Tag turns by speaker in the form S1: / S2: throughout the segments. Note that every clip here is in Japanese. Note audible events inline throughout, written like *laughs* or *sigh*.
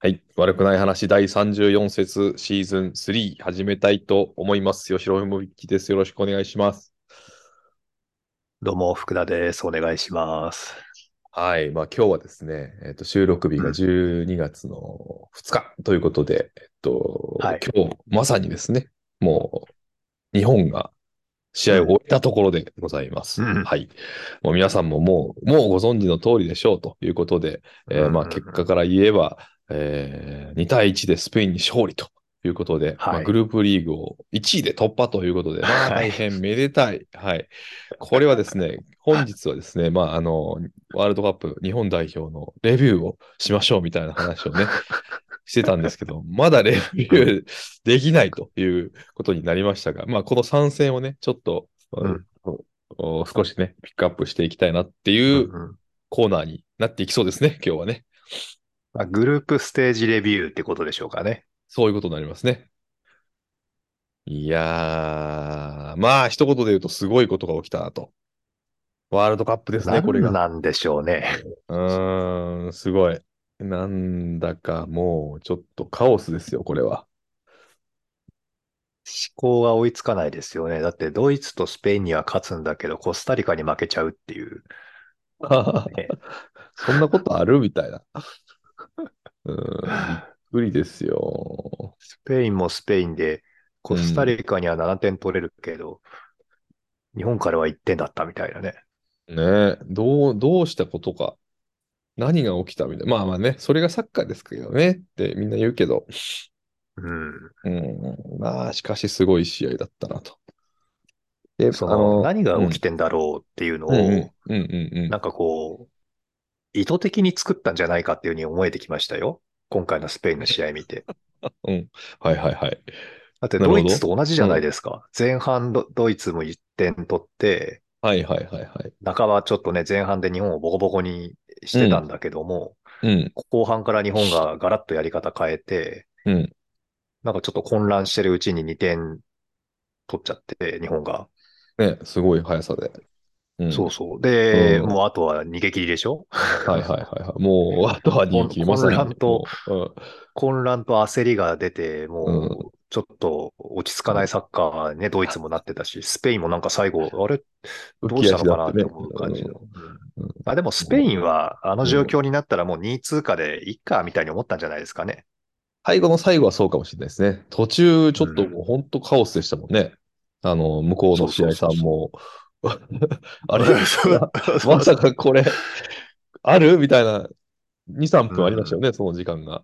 S1: はい。悪くない話第34節シーズン3始めたいと思います。吉野文之です。よろしくお願いします。
S2: どうも、福田です。お願いします。
S1: はい。まあ今日はですね、えっと、収録日が
S2: うん
S1: 12月の2日ということで、えっと、
S2: はい
S1: 今日まさにですね、もう日本が試合を終えたところでございます。
S2: うん
S1: はい。もう皆さんももう、もうご存知の通りでしょうということで、えーまあ
S2: うん
S1: 結果から言えば、えー2対1でスペインに勝利ということで、
S2: は
S1: ま
S2: い
S1: あグループリーグを1位で突破ということで、まあ
S2: は
S1: 大
S2: い
S1: 変めでたい。はい。これはです
S2: *laughs*
S1: ね、本日はですね、まああの、ワールドカップ日本代表のレビューをしましょうみたいな話を
S2: *laughs*
S1: ね、してたんですけど、まだレビューできないということになりましたが、まあこの参戦をね、ちょっと、
S2: うん
S1: お少しね、ピックアップしていきたいなって
S2: う
S1: いうん
S2: うん
S1: コーナーになっていきそうですね、今日はね。
S2: まあ、グループステージレビューってことでしょうかね。
S1: そういうことになりますね。いやー、まあ、一言で言うとすごいことが起きたなと。ワールドカップですね、これ
S2: 何
S1: が。
S2: なんでしょうね。
S1: うーん、すごい。なんだかもう、ちょっとカオスですよ、これは。 *laughs*
S2: 思考が追いつかないですよね。だって、ドイツとスペインには勝つんだけど、コスタリカに負けちゃうっていう。
S1: *laughs*
S2: ね
S1: そんなことあるみたいな。 *laughs* うーん、びっくりですよ。
S2: スペインもスペインで、コスタリカには7点取れるけど、日本からは1点だったみたいなね。
S1: ねえ、どう、どうしたことか。何が起きたみたいな。まあまあね、それがサッカーですけどねってみんな言うけど。
S2: うん。
S1: うん、まあ、しかしすごい試合だったなと。で、
S2: そ
S1: あ
S2: の、
S1: の、
S2: 何が起きてんだろうっていうの
S1: うんうん
S2: を、
S1: うんうんうん
S2: なんかこう、意図的に作ったんじゃないかっていうふうに思えてきましたよ。今回のスペインの試合
S1: *laughs*
S2: 見て。
S1: うん。はいはいはい。
S2: だって
S1: なるほ
S2: ド
S1: ど
S2: イツと同じじゃないですか。前半ド、ドイツも1点取って、
S1: はいはいはいはい。
S2: 半ばちょっとね、前半で日本をボコボコにしてたんだけども、
S1: うん、
S2: 後半から日本がガラッとやり方変えて、
S1: うん。
S2: なんかちょっと混乱してるうちに2点取っちゃって、日本が。
S1: ね、すごい速さで。うん、
S2: そうそう。で、
S1: うん
S2: もうあとは逃げ切りでしょ
S1: はいはいはいはい。もう、あとは人気、
S2: 混
S1: まさに。
S2: 混乱と
S1: も
S2: 混乱と焦りが出て、
S1: う
S2: もう、ちょっと落ち着かないサッカーね、ドイツもなってたし、スペインもなんか
S1: *laughs*
S2: 最後、あれ、
S1: う、
S2: どうしたのかなって
S1: 浮き足立
S2: 思う感じの。
S1: うんうん
S2: あでもスペインは、あの状況になったらもう2位通過でいっかみたいに思ったんじゃないですかね。
S1: 最後の最後はそうかもしれないですね。途中、ちょっともう本当カオスでしたもんね。あの、向こうの試合さんも。 *laughs* あ
S2: *laughs*
S1: れ *laughs* まさかこれ、あるみたいな、2、3分ありましたよね、その時間が。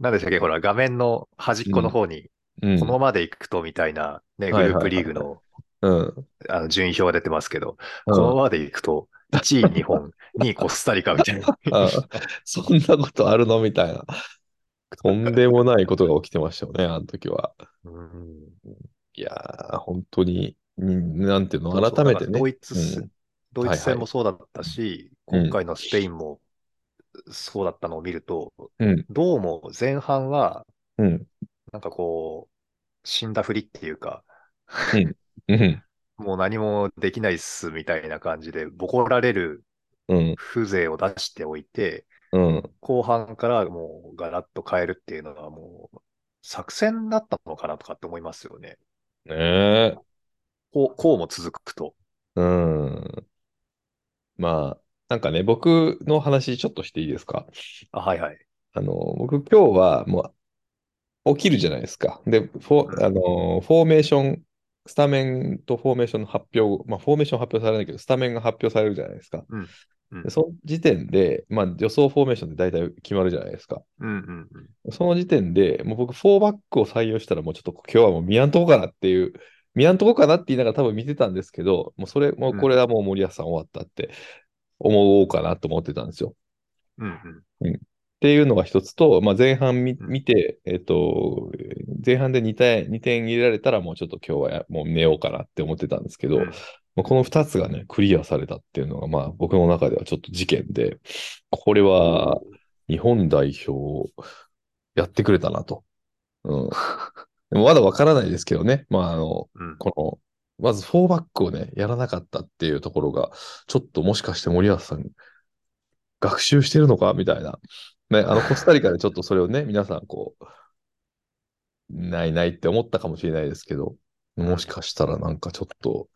S2: なんでしたっけ、ほら、画面の端っこの方に、
S1: うん
S2: このままでいくとみたいな、ね、
S1: はいはい
S2: グル
S1: は
S2: ー
S1: い
S2: プリーグの
S1: うん。
S2: あの順位表が出てますけど、
S1: うん
S2: このままでいくと、1位日本、2位コスタリカみたいな。
S1: *laughs* あそんなことあるのみたいな。とんでもないことが起きてましたよね、あの時は。
S2: うん
S1: いやー、本当に、うんなんていうの、
S2: そうそう
S1: 改めて
S2: だから
S1: ね。
S2: ドイツ
S1: う
S2: 戦
S1: ん、
S2: ドイツ
S1: はい
S2: 戦
S1: はい
S2: もそうだったし、
S1: うん
S2: 今回のスペインもそうだったのを見ると、
S1: うん
S2: どうも前半は、
S1: うん。
S2: なんかこう、死んだふりっていうか、
S1: うん。
S2: もう何もできないっすみたいな感じで、ボコられる
S1: うん。
S2: 風情を出しておいて、
S1: うん。
S2: 後半からもうガラッと変えるっていうのはもう、作戦だったのかなとかって思いますよね。
S1: ねえ。
S2: こう、こうも続くと。
S1: うん。まあ、なんかね、僕の話ちょっとしていいですか
S2: あ、はいはい。
S1: あの、僕今日はもう起きるじゃないですか。で、フ
S2: う
S1: ォ、
S2: ん
S1: あの、フォーメーション、スタメンとフォーメーションの発表、まあ、フォーメーション発表されないけど、スタメンが発表されるじゃないですか。
S2: うん
S1: でその時点で、まあ、予想フォーメーションで大体決まるじゃないですか。
S2: うんうんうん。
S1: その時点で、もう僕、4バックを採用したら、もうちょっと今日はもう見やんとこかなっていう、見やんとこかなって言いながら多分見てたんですけど、もうそれ、もうこれはもう森保さん終わったって思おうかなと思ってたんですよ。
S2: うんうん。
S1: っていうのが一つと、まあ、前半み
S2: うん
S1: 見て、えっと、前半で2点、2点入れられたら、もうちょっと今日はやもう寝ようかなって思ってたんですけど、
S2: うん
S1: まあこの2つがね、クリアされたっていうのが、まあ、僕の中ではちょっと事件で、これは日本代表をやってくれたなと。
S2: *laughs*
S1: うん、でもまだわからないですけどね、まああの、
S2: うん
S1: この、まず4バックをね、やらなかったっていうところが、ちょっともしかして森保さん、学習してるのかみたいなね、あの、コスタリカでちょっとそれをね、皆さんこう、ないないって思ったかもしれないですけど、もしかしたらなんかちょっと、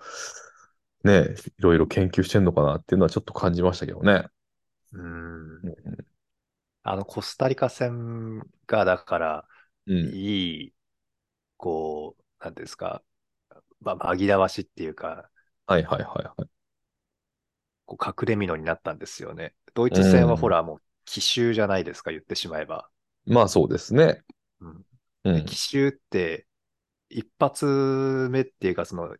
S1: ね、いろいろ研究してんのかなっていうのはちょっと感じましたけどね。
S2: うん。あの、コスタリカ戦が、だから、
S1: うん。
S2: いい、こう、なんていうんですか、まあ、紛らわしっていうか、
S1: はいはいはいはい。
S2: こう隠れ蓑になったんですよね。ドイツ戦
S1: う
S2: は
S1: ん
S2: ほら、もう奇襲じゃないですか、言ってしまえば。
S1: まあそうですね。
S2: うん
S1: うん。
S2: 奇襲って、一発目っていうか、その、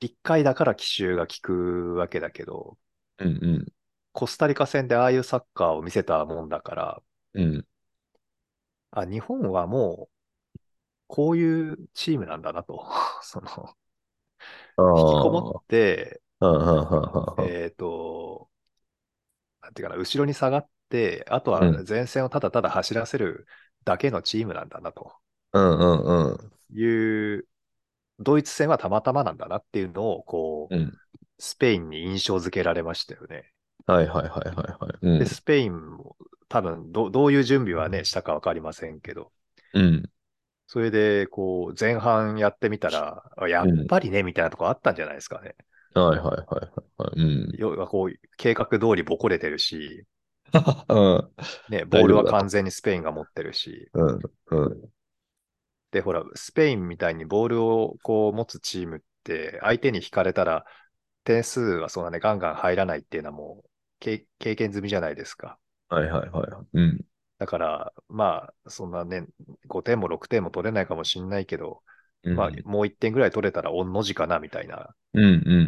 S2: 一回だから奇襲が効くわけだけど、
S1: うん
S2: コスタリカ戦でああいうサッカーを見せたもんだから、
S1: うん。うん。
S2: あ、日本はもう、こういうチームなんだなと。 *laughs* その、引き
S1: ああ。
S2: こもって、
S1: うんうんうんうん
S2: えっと、なんていうかな、後ろに下がって、あと
S1: う
S2: は
S1: ん
S2: 前線をただただ走らせるだけのチームなんだなと
S1: うんうんうん。
S2: いう、ドイツ戦はたまたまなんだなっていうのを、こう、
S1: うん
S2: スペインに印象付けられましたよね。
S1: はいはいはいはいはい。うん
S2: で、スペインも多分ど、どういう準備はね、したかわかりませんけど、
S1: うん。
S2: それで、こう、前半やってみたら、あやっぱりね、みたいなとこあったんじゃないですかね。
S1: はいはいはいはいはい。うん。
S2: 要はこう、計画通りボコれてるし、
S1: うん
S2: ね、ボール
S1: 大丈
S2: は
S1: 夫だと
S2: 完全にスペインが持ってるし、
S1: うんうん。
S2: で、ほら、スペインみたいにボールをこう持つチームって、相手に引かれたら、点数はそんなね、ガンガン入らないっていうのはもう、経経験済みじゃないですか。
S1: はいはいはい。うん。
S2: だから、まあ、そんなね、5点も6点も取れないかもしんないけど、
S1: うん
S2: まあ、もう1点ぐらい取れたら、おんの字かな、みたいな
S1: うんう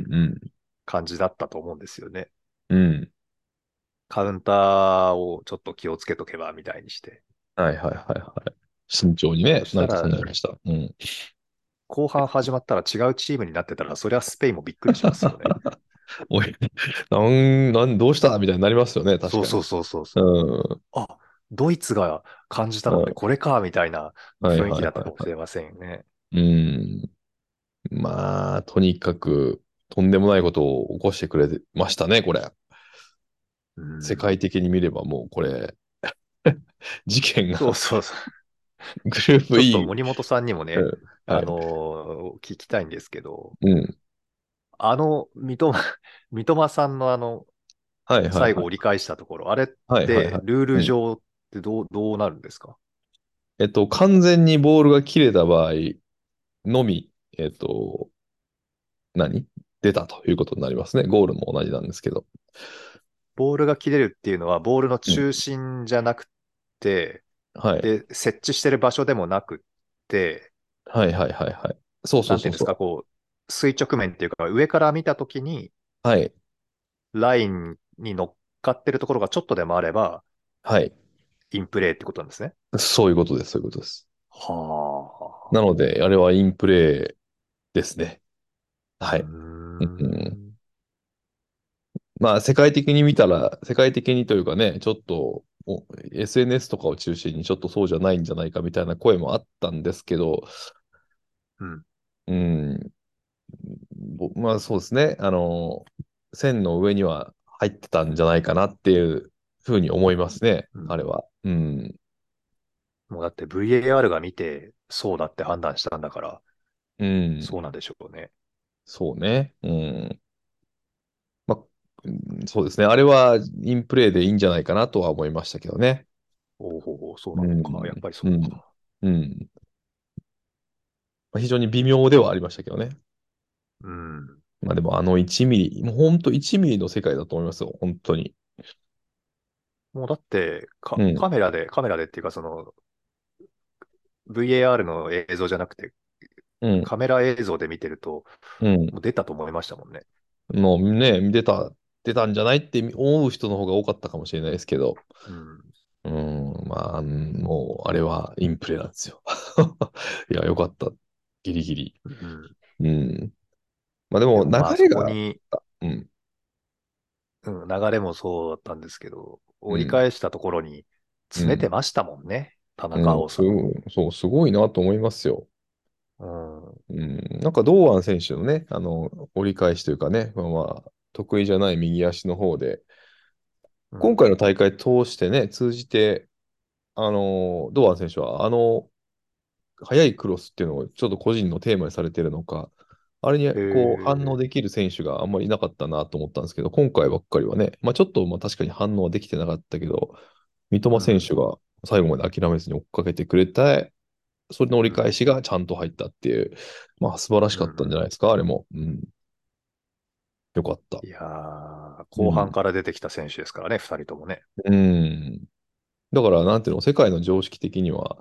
S1: んうん。
S2: 感じだったと思うんですよね。
S1: うん。
S2: カウンターをちょっと気をつけとけばみたいにして、
S1: はいはいはいはい。慎重にね
S2: そ、した
S1: なん
S2: ら
S1: かそんなりました。うん。
S2: 後半始まったら違うチームになってたら、それはスペインもびっくりしますよ *laughs* ね。
S1: おい、 *laughs* なん、なん、どうしたみたいになりますよね、確かに。
S2: そうそうそうそうそう。
S1: うん。
S2: あ、ドイツが感じたのってこれかみたいな
S1: はいはい
S2: 雰囲
S1: はい
S2: 気だ
S1: は
S2: ったかもし
S1: い。
S2: れませんよね。
S1: うん。まあ、とにかく、とんでもないことを起こしてくれましたね、これ。
S2: うん
S1: 世界的に見ればもうこれ、 *laughs* 事件が
S2: そうそうそ
S1: グループ
S2: う。ち
S1: E
S2: ょっと。森本さんにもね、
S1: うん
S2: あ
S1: はい
S2: のー聞きたいんですけど、
S1: うん。
S2: あの、三笘、 *laughs* 三笘さんのあの、
S1: はいはい。
S2: 最後折り返したところ、あれっ
S1: はいはい
S2: て
S1: はい。
S2: ルール上ってどう、どうなるんですか
S1: えっと、完全にボールが切れた場合のみ、えっと、何出たということになりますね。ゴールも同じなんですけど。
S2: ボールが切れるっていうのは、ボールの中心じゃなくて、
S1: はい。
S2: で、設置してる場所でもなくって、
S1: はいはいはいはい。そうそ
S2: な
S1: うん
S2: て
S1: そうん
S2: いうです
S1: そ
S2: か、
S1: う。
S2: こう、垂直面っていうか、上から見たときに、
S1: はい。
S2: ラインに乗っかってるところがちょっとでもあれば、
S1: はい。
S2: インプレーってことなんですね。
S1: そういうことです。そういうことです。
S2: は
S1: なので、あれはインプレーですね。は。
S2: はい
S1: まあ、世界的に見たら、世界的にというかね、ちょっと、お SNS とかを中心にちょっとそうじゃないんじゃないかみたいな声もあったんですけど、
S2: うん。
S1: うん、ぼまあそうですね、あの、線の上には入ってたんじゃないかなっていうふうに思いますね、
S2: うん
S1: あれは。うん、
S2: もうだって VAR が見て、そうだって判断したんだから、
S1: うん、
S2: そうなんでしょうね。
S1: そうね、うん。まあ、うんそうですね、あれはインプレーでいいんじゃないかなとは思いましたけどね。
S2: おうほうほう、そうなの
S1: う
S2: か。
S1: ん
S2: やっぱりそうか。
S1: うん。まあ、非常に微妙ではありましたけどね。
S2: うん。
S1: まあでもあの1ミリ、もうほんと1ミリの世界だと思いますよ、本当に。
S2: もうだってカ、
S1: うん
S2: カメラで、カメラでっていうか、その、VAR の映像じゃなくて、
S1: うん、
S2: カメラ映像で見てると、
S1: うん。
S2: もう出たと思いましたもんね。
S1: もうね、出た、出たんじゃないって思う人の方が多かったかもしれないですけど、
S2: うん。
S1: うん、まあ、うんもう、あれはインプレなんですよ。 *laughs* いや、よかった。ギリギリ。
S2: うん
S1: うん。まあでも、流
S2: まあ
S1: れ
S2: そこ
S1: が、
S2: に、
S1: うん、
S2: うん、流れもそうだったんですけど、折り返したところに、つねてましたもんね、田
S1: う
S2: 中
S1: ん
S2: 碧
S1: す
S2: さん。
S1: ごいそう、すごいなと思いますよ。
S2: うん。
S1: うん、なんか、堂安選手のね、あの、折り返しというかね、まあまあ、得意じゃない右足の方で、
S2: うん
S1: 今回の大会通してね、通じて、あの、堂安選手は、あの、速いクロスっていうのをちょっと個人のテーマにされてるのか、あれにこう
S2: へー
S1: 反応できる選手があんまりいなかったなと思ったんですけど、今回ばっかりはね、まあ、ちょっとまあ確かに反応はできてなかったけど、三笘選手が最後まで諦めずに追っかけてくれて、それの折り返しがちゃんと入ったっていう、まあ素晴らしかったんじゃないですか、あれも。うん。よかった。
S2: いやー、後半から出てきた選手ですからね、二人ともね。
S1: うん。だから、なんていうの、世界の常識的には、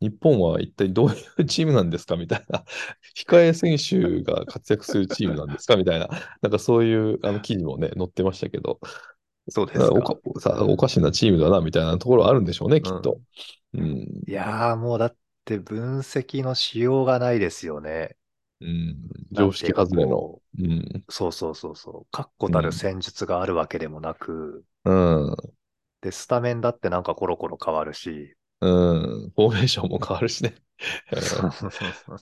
S1: 日本は一体どういうチームなんですかみたいな、 *laughs* 控え選手が活躍するチームなんですかみたいな、なんかそういうあの記事もね、載ってましたけど、
S2: そうです
S1: な
S2: か。
S1: んかおかさおかしなチームだな、みたいなところあるんでしょうね、きっと。うん。
S2: いやー、もうだって分析のしようがないですよね。
S1: うん、常識
S2: なん
S1: 外
S2: てい
S1: れ
S2: うか
S1: の。
S2: こ
S1: うん。
S2: うそうそうそうそう。確固た
S1: うん
S2: る戦術があるわけでもなく、
S1: うん。
S2: で、スタメンだってなんかコロコロ変わるし、
S1: うん。フォーメーションも変わるしね。 *laughs*
S2: そうそう *laughs* そうそう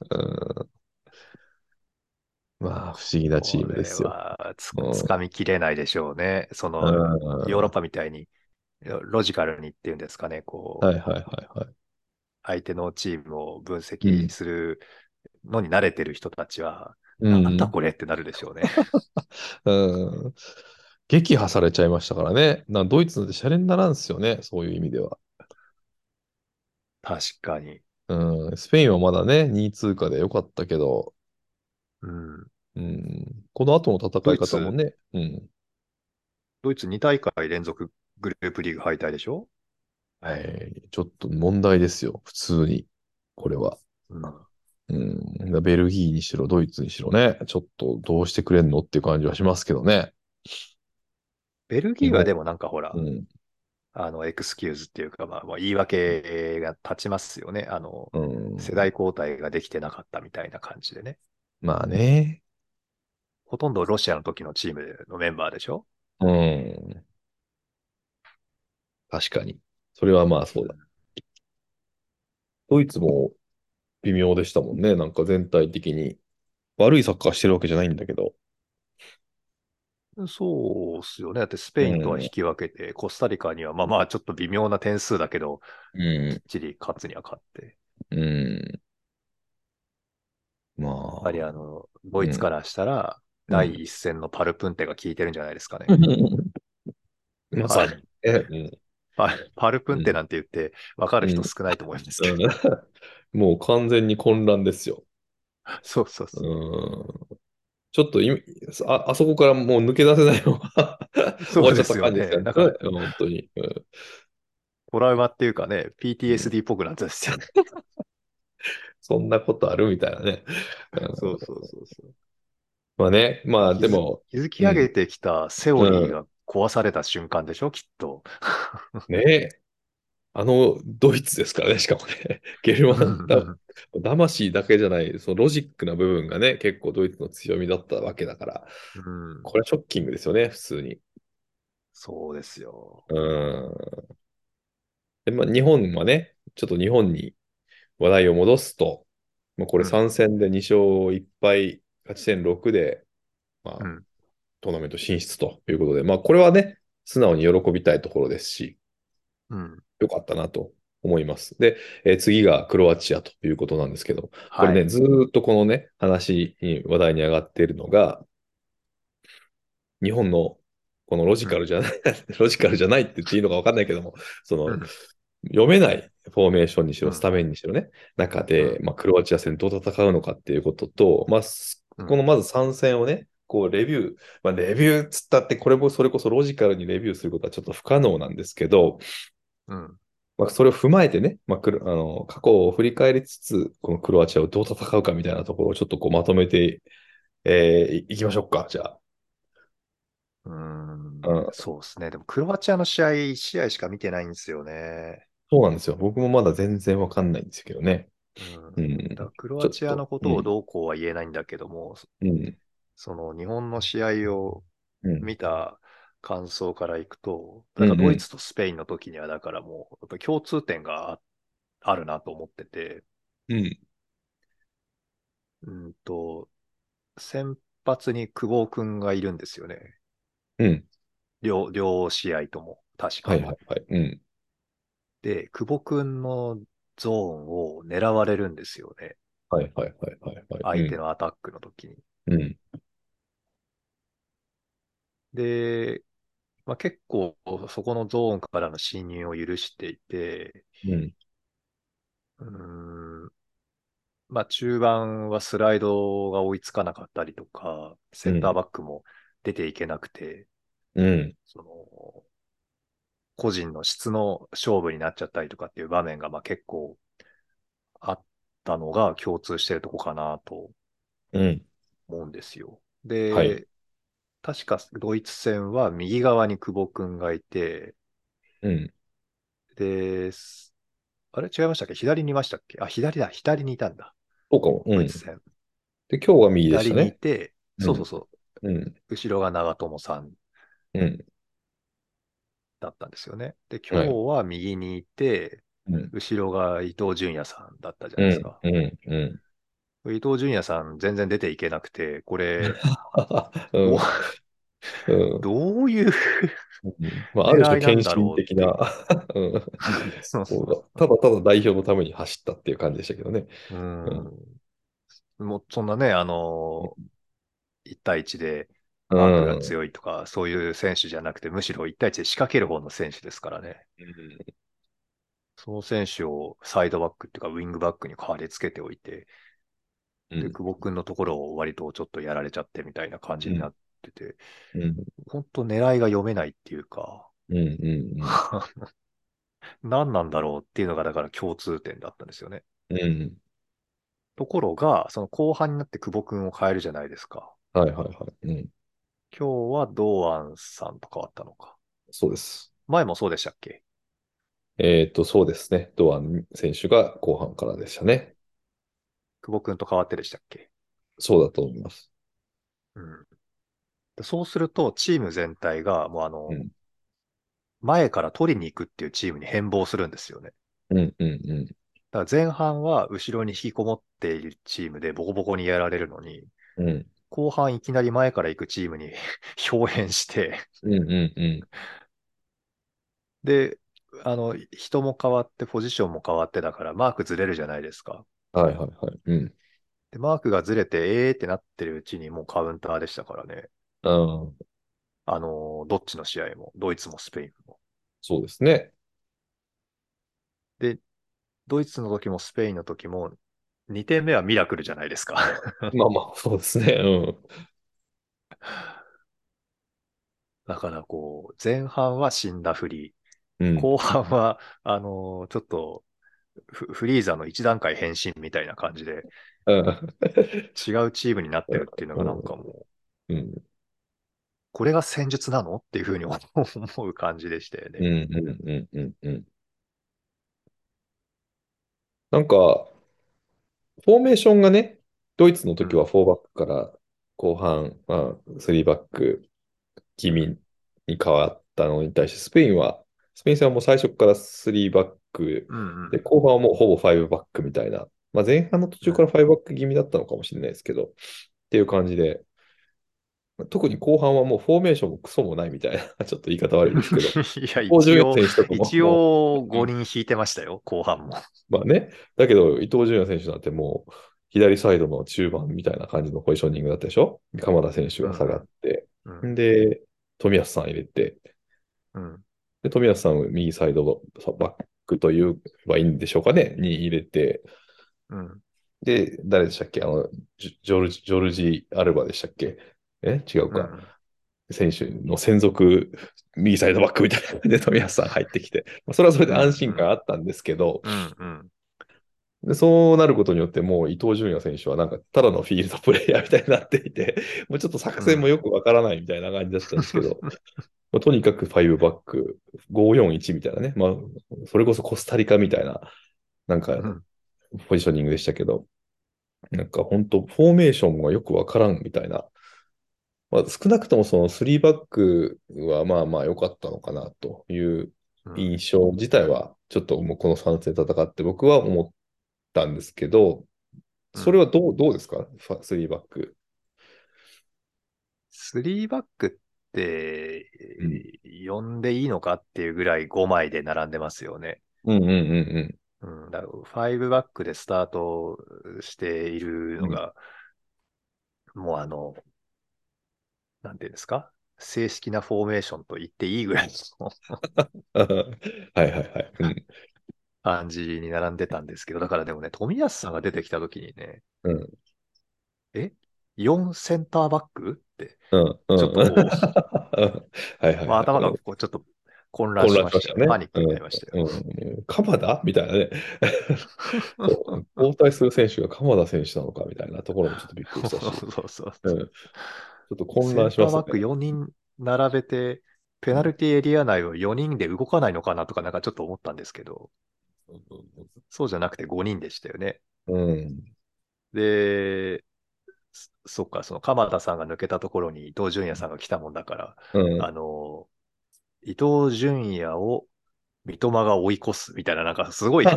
S1: うん。まあ、不思議なチームですよ。
S2: これはつ
S1: うん
S2: つかみきれないでしょうね。その、
S1: うん
S2: ヨーロッパみたいに、ロロジカルにっていうんですかね、こう、
S1: はいはいはいはい。
S2: 相手のチームを分析するのに慣れてる人たちは、
S1: うん
S2: なんだこれってなるでしょうね。
S1: *laughs* うん。撃破されちゃいましたからね。なドイツなんてシャレにならんですよね。そういう意味では。
S2: 確かに。
S1: うん。スペインはまだね、2位通過で良かったけど、
S2: うん。
S1: うん。この後の戦い方もね、うん。
S2: ドイツ2大会連続グループリーグ敗退でしょ
S1: はい。ちょっと問題ですよ。普通に。これは。
S2: うん。
S1: うん。ベルギーにしろ、ドイツにしろね。ちょっとどうしてくれんのっていう感じはしますけどね。
S2: ベルギーはでもなんかほら、
S1: うん。
S2: あの、エクスキューズっていうか、まあ、まあ言い訳が立ちますよね。あの、
S1: うん。
S2: 世代交代ができてなかったみたいな感じでね。
S1: まあね。
S2: ほとんどロシアの時のチームのメンバーでしょ
S1: うん。確かに。それはまあそうだ。ドイツも微妙でしたもんね。なんか全体的に。悪いサッカーしてるわけじゃないんだけど。
S2: そうっすよね。だってスペインとは引き分けて、コスタリカにはまあまあちょっと微妙な点数だけど、き
S1: う
S2: っちり勝つには勝って。
S1: ん。うん。ま
S2: やっ
S1: あ
S2: ぱ。りあの、ドイツからしたら、
S1: うん
S2: 第一戦のパルプンテが効いてるんじゃないですかね。
S1: まさに
S2: はい
S1: ね。うん
S2: パパルプンテなんて言って、わかる人少ないと思いますけど。
S1: もう完全に混乱ですよ。
S2: そうそうそうう。
S1: ん。ちょっと今あ、あそこからもう抜け出せないのが終わっちゃった感じですよね。
S2: そうですよね
S1: うん本当に。うん
S2: トラウマっていうかね、PTSD っぽくなっちゃうんですよね。
S1: そんなことあるみたいなね。
S2: そうそうそうそう。
S1: まあね、まあでも、
S2: 築き上げてきたセオリーが壊された瞬間でしょ、きっと。
S1: ね、あのドイツですからね、しかもね、 *laughs* ゲルマンだ、魂だけじゃない、そのロジックな部分がね、結構ドイツの強みだったわけだから、
S2: うん
S1: これはショッキングですよね、普通に。
S2: そうですよ。
S1: うん。で、まあ日本はね、ちょっと日本に話題を戻すと、まあ、これ
S2: うん
S1: 3戦で2勝1敗、勝ち点6で、まあ、
S2: うん
S1: トーナメント進出ということで、まあ、これはね、素直に喜びたいところですし、
S2: うん。
S1: 良かったなと思います。で、えー次がクロアチアということなんですけど、これね、
S2: はい、
S1: ずーっとこのね、話に、話題に上がっているのが、日本のこのロジカルじゃない、 *laughs* ロジカルじゃないって言っていいのか分かんないけども、その、
S2: うん
S1: 読めないフォーメーションにしろ、
S2: うん
S1: スタメンにしろね、中で、
S2: う
S1: まあ、クロアチア戦どう戦うのかっていうことと、まあ、す
S2: うん
S1: このまず3戦をね、こうレビュー、まあ、レビューっつったって、これもそれこそロジカルにレビューすることはちょっと不可能なんですけど、
S2: うん。
S1: まあ、それを踏まえてね、まあ、くるあの過去を振り返りつつ、このクロアチアをどう戦うかみたいなところをちょっとこうまとめて、えーいいきましょうか、じゃあ。
S2: うん
S1: うん
S2: そうですね。でも、クロアチアの試合、1試合しか見てないんですよね。
S1: そうなんですよ。僕もまだ全然わかんないんですけどね。
S2: う
S1: うんん
S2: だ。からクロアチアのことをどうこうは言えないんだけども、
S1: うん。
S2: その日本の試合を
S1: うん、
S2: 見た感想からいくと、
S1: うんう
S2: だ
S1: ん
S2: からドイツとスペインの時には、だからもう、やっぱり共通点がああるなと思ってて、
S1: うん。
S2: うんと、先発に久保君がいるんですよね。
S1: うん。
S2: 両、両試合とも。確か
S1: はい
S2: に。
S1: はいはい。うん。
S2: で、久保くんのゾーンを狙われるんですよね。
S1: はいはいはいはい、はい。
S2: 相手のアタックの時に。
S1: うん。うん。
S2: で、まあ、結構そこのゾーンからの侵入を許していて、
S1: うん。
S2: うーん、まあ、中盤はスライドが追いつかなかったりとか、センターバックも出ていけなくて、
S1: うん。
S2: その、個人の質の勝負になっちゃったりとかっていう場面がまあ結構あったのが共通してるとこかなと
S1: うん。
S2: 思うんですよ。で、
S1: はい
S2: 確かドイツ戦は右側に久保くんがいて、
S1: うん。
S2: で、すあれ違いましたっけ左にいましたっけあ、左だ、左にいたんだ。
S1: そうかも。う
S2: ド
S1: ん。
S2: イ
S1: で
S2: ツ、戦。
S1: 今日は右でし
S2: 左
S1: た
S2: にい
S1: ね。
S2: て、
S1: うん
S2: そうそうそう、
S1: うん。
S2: 後ろが長友さん
S1: うん。
S2: だったんですよね。で、今日は右にいて、
S1: うん。
S2: 後ろが伊東純也さんだったじゃ
S1: う
S2: ない
S1: ん
S2: ですか。。
S1: うん。うん。
S2: 伊東純也さん全然出ていけなくて、これ、
S1: *laughs* うん
S2: も
S1: うん
S2: うどういう、
S1: うんまあ、ある種、
S2: 狙いな
S1: 献
S2: んだろ
S1: 身
S2: うって
S1: 的な、うん
S2: そ
S1: そ
S2: うそうう
S1: だただただ代表のために走ったっていう感じでしたけどね。
S2: ううんもうそんなね、あのー、1対1で
S1: う
S2: アークが
S1: ん。
S2: 強いとか、そういう選手じゃなくて、むしろ1対1で仕掛ける方の選手ですからね。その選手をサイドバックっていうか、ウィングバックに代わりつけておいて、
S1: うん
S2: で、久保君のところを割とちょっとやられちゃってみたいな感じになってて、
S1: うん
S2: 本当狙いが読めないっていうか、
S1: うんうん
S2: 何なんだろうっていうのが、だから共通点だったんですよね。
S1: うんうん
S2: ところが、その後半になって久保君を変えるじゃないですか。
S1: はいはいはい。うん
S2: 今日は堂安さんと変わったのか。
S1: そうです。
S2: 前もそうでしたっけ
S1: えっと、そうですね。堂安選手が後半からでしたね。
S2: 久保君と変わってでしたっけ
S1: そうだと思います。
S2: うん。でそうすると、チーム全体が、もうあの、
S1: うん
S2: 前から取りに行くっていうチームに変貌するんですよね。
S1: うんうんうん。
S2: だから前半は後ろに引きこもっているチームでボコボコにやられるのに、
S1: うん
S2: 後半いきなり前から行くチームに *laughs* 表変して、
S1: うんうんうん。
S2: で、あの、人も変わって、ポジションも変わってだから、マークずれるじゃないですか。
S1: はいはいはい。うん。
S2: で、マークがずれて、えーってなってるうちにもうカウンターでしたからね。
S1: ああ、
S2: あのーどっちの試合も、ドイツもスペインも。
S1: そうですね。
S2: ドイツの時もスペインの時も、2点目はミラクルじゃないですか。 *laughs*
S1: まあまあ、そうですね。うん。
S2: だからこう、前半は死んだフリ
S1: うん
S2: ー、後半は、あのーちょっとフ、フリーザの一段階変身みたいな感じで、
S1: うん
S2: 違うチームになってるっていうのがなんかもう、
S1: うん
S2: これが戦術なのっていうふうに思う思う感じでしたよね。
S1: うんうんうんうんうん。なんか、フォーメーションがね、ドイツの時は4バックから後半、まあ、3バック気味に変わったのに対して、スペインは、スペイン戦はもう最初から3バック
S2: うんうん
S1: で、後半はもうほぼ5バックみたいな、まあ、前半の途中から5バック気味だったのかもしれないですけど、っていう感じで、特に後半はもうフォーメーションもクソもないみたいな、 *laughs* ちょっと言い方悪いですけど、
S2: *laughs* いや、
S1: 工場
S2: 一応、
S1: 予選しとくも
S2: 一応5人引いてましたよ、後半も。
S1: まあね、だけど伊東純也選手なんてもう左サイドの中盤みたいな感じのポジショニングだったでしょ鎌田選手が下がって、
S2: うん
S1: で、冨安さん入れて、
S2: うん
S1: で、冨安さんを右サイドバックと言えばいいんでしょうかねに入れて、
S2: うん
S1: で、誰でしたっけあの、ジョジョルジ、ジョルジ・アルバでしたっけえ違う
S2: う
S1: か、
S2: ん
S1: 選手の専属右サイドバックみたいなので冨安さん入ってきて、まあ、それはそれで安心感あったんですけど、
S2: うんうん
S1: で、そうなることによって、もう伊東純也選手はなんかただのフィールドプレイヤーみたいになっていて、 *laughs* もうちょっと作戦もよくわからないみたいな感じだったんですけど、まあとにかく5バック、541みたいなね、まあ、それこそコスタリカみたいな、なんか
S2: うん
S1: ポジショニングでしたけど、なんか本当、フォーメーションがよくわからんみたいな、まあ、少なくともその3バックはまあまあ良かったのかなという
S2: うん
S1: 印象自体は、ちょっともうこの3戦戦って僕は思ったんですけど、それはどうどうですか ?3 バック。
S2: スリーバックって
S1: うん、
S2: 呼んでいいのかっていうぐらい5枚で並んでますよね。
S1: うんうんうん
S2: うん、だから5バックでスタートしているのが、もうあの、なんていうんですか正式なフォーメーションと言っていいぐらい
S1: うん。
S2: の *laughs*
S1: *laughs* はいはいはい。うん
S2: 感じに並んでたんですけど、だからでもね、富安さんが出てきた時にね、
S1: うん
S2: え ?4 センターバックって、
S1: うんうん。
S2: ちょっとこう、
S1: *laughs* はいはいはい。
S2: まあ、頭がこうちょっと混乱しましたよね。パニックになりましたよ。
S1: よ。うんうん鎌田みたいなね。そう交代する選手が鎌田選手なのかみたいなところもちょっとびっく *laughs* りしたし、
S2: そ *laughs*
S1: ち
S2: うそうそう。
S1: うんょっと混乱し
S2: セン
S1: ま
S2: ター
S1: す
S2: バック
S1: ね。
S2: 4人並べて、ペナルティエリア内を4人で動かないのかなとか、なんかちょっと思ったんですけど、そうじゃなくて5人でしたよね。
S1: うん。
S2: で、そそっか、その鎌田さんが抜けたところに伊藤純也さんが来たもんだから、
S1: うん。
S2: あの、伊藤純也を三笘が追い越すみたいな、なんかすごい、
S1: うん。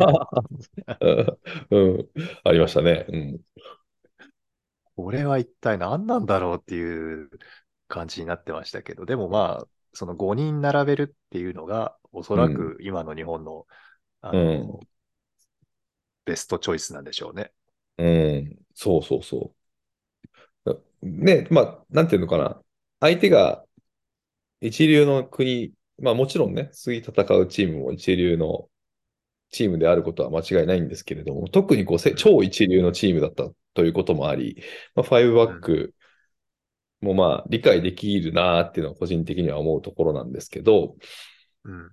S1: ありましたね。うん。
S2: これは一体何なんだろうっていう感じになってましたけど、でもまあ、その5人並べるっていうのが、おそらく今の日本の、あの
S1: うん
S2: ベストチョイスなんでしょうね。
S1: うん、そうそうそう。ね、まあ、なんていうのかな。相手が一流の国、まあもちろんね、次戦うチームも一流のチームであることは間違いないんですけれども、特にこうせ超一流のチームだったということもあり、まあ、5バックもまあ理解できるなーっていうのは個人的には思うところなんですけど、
S2: うん。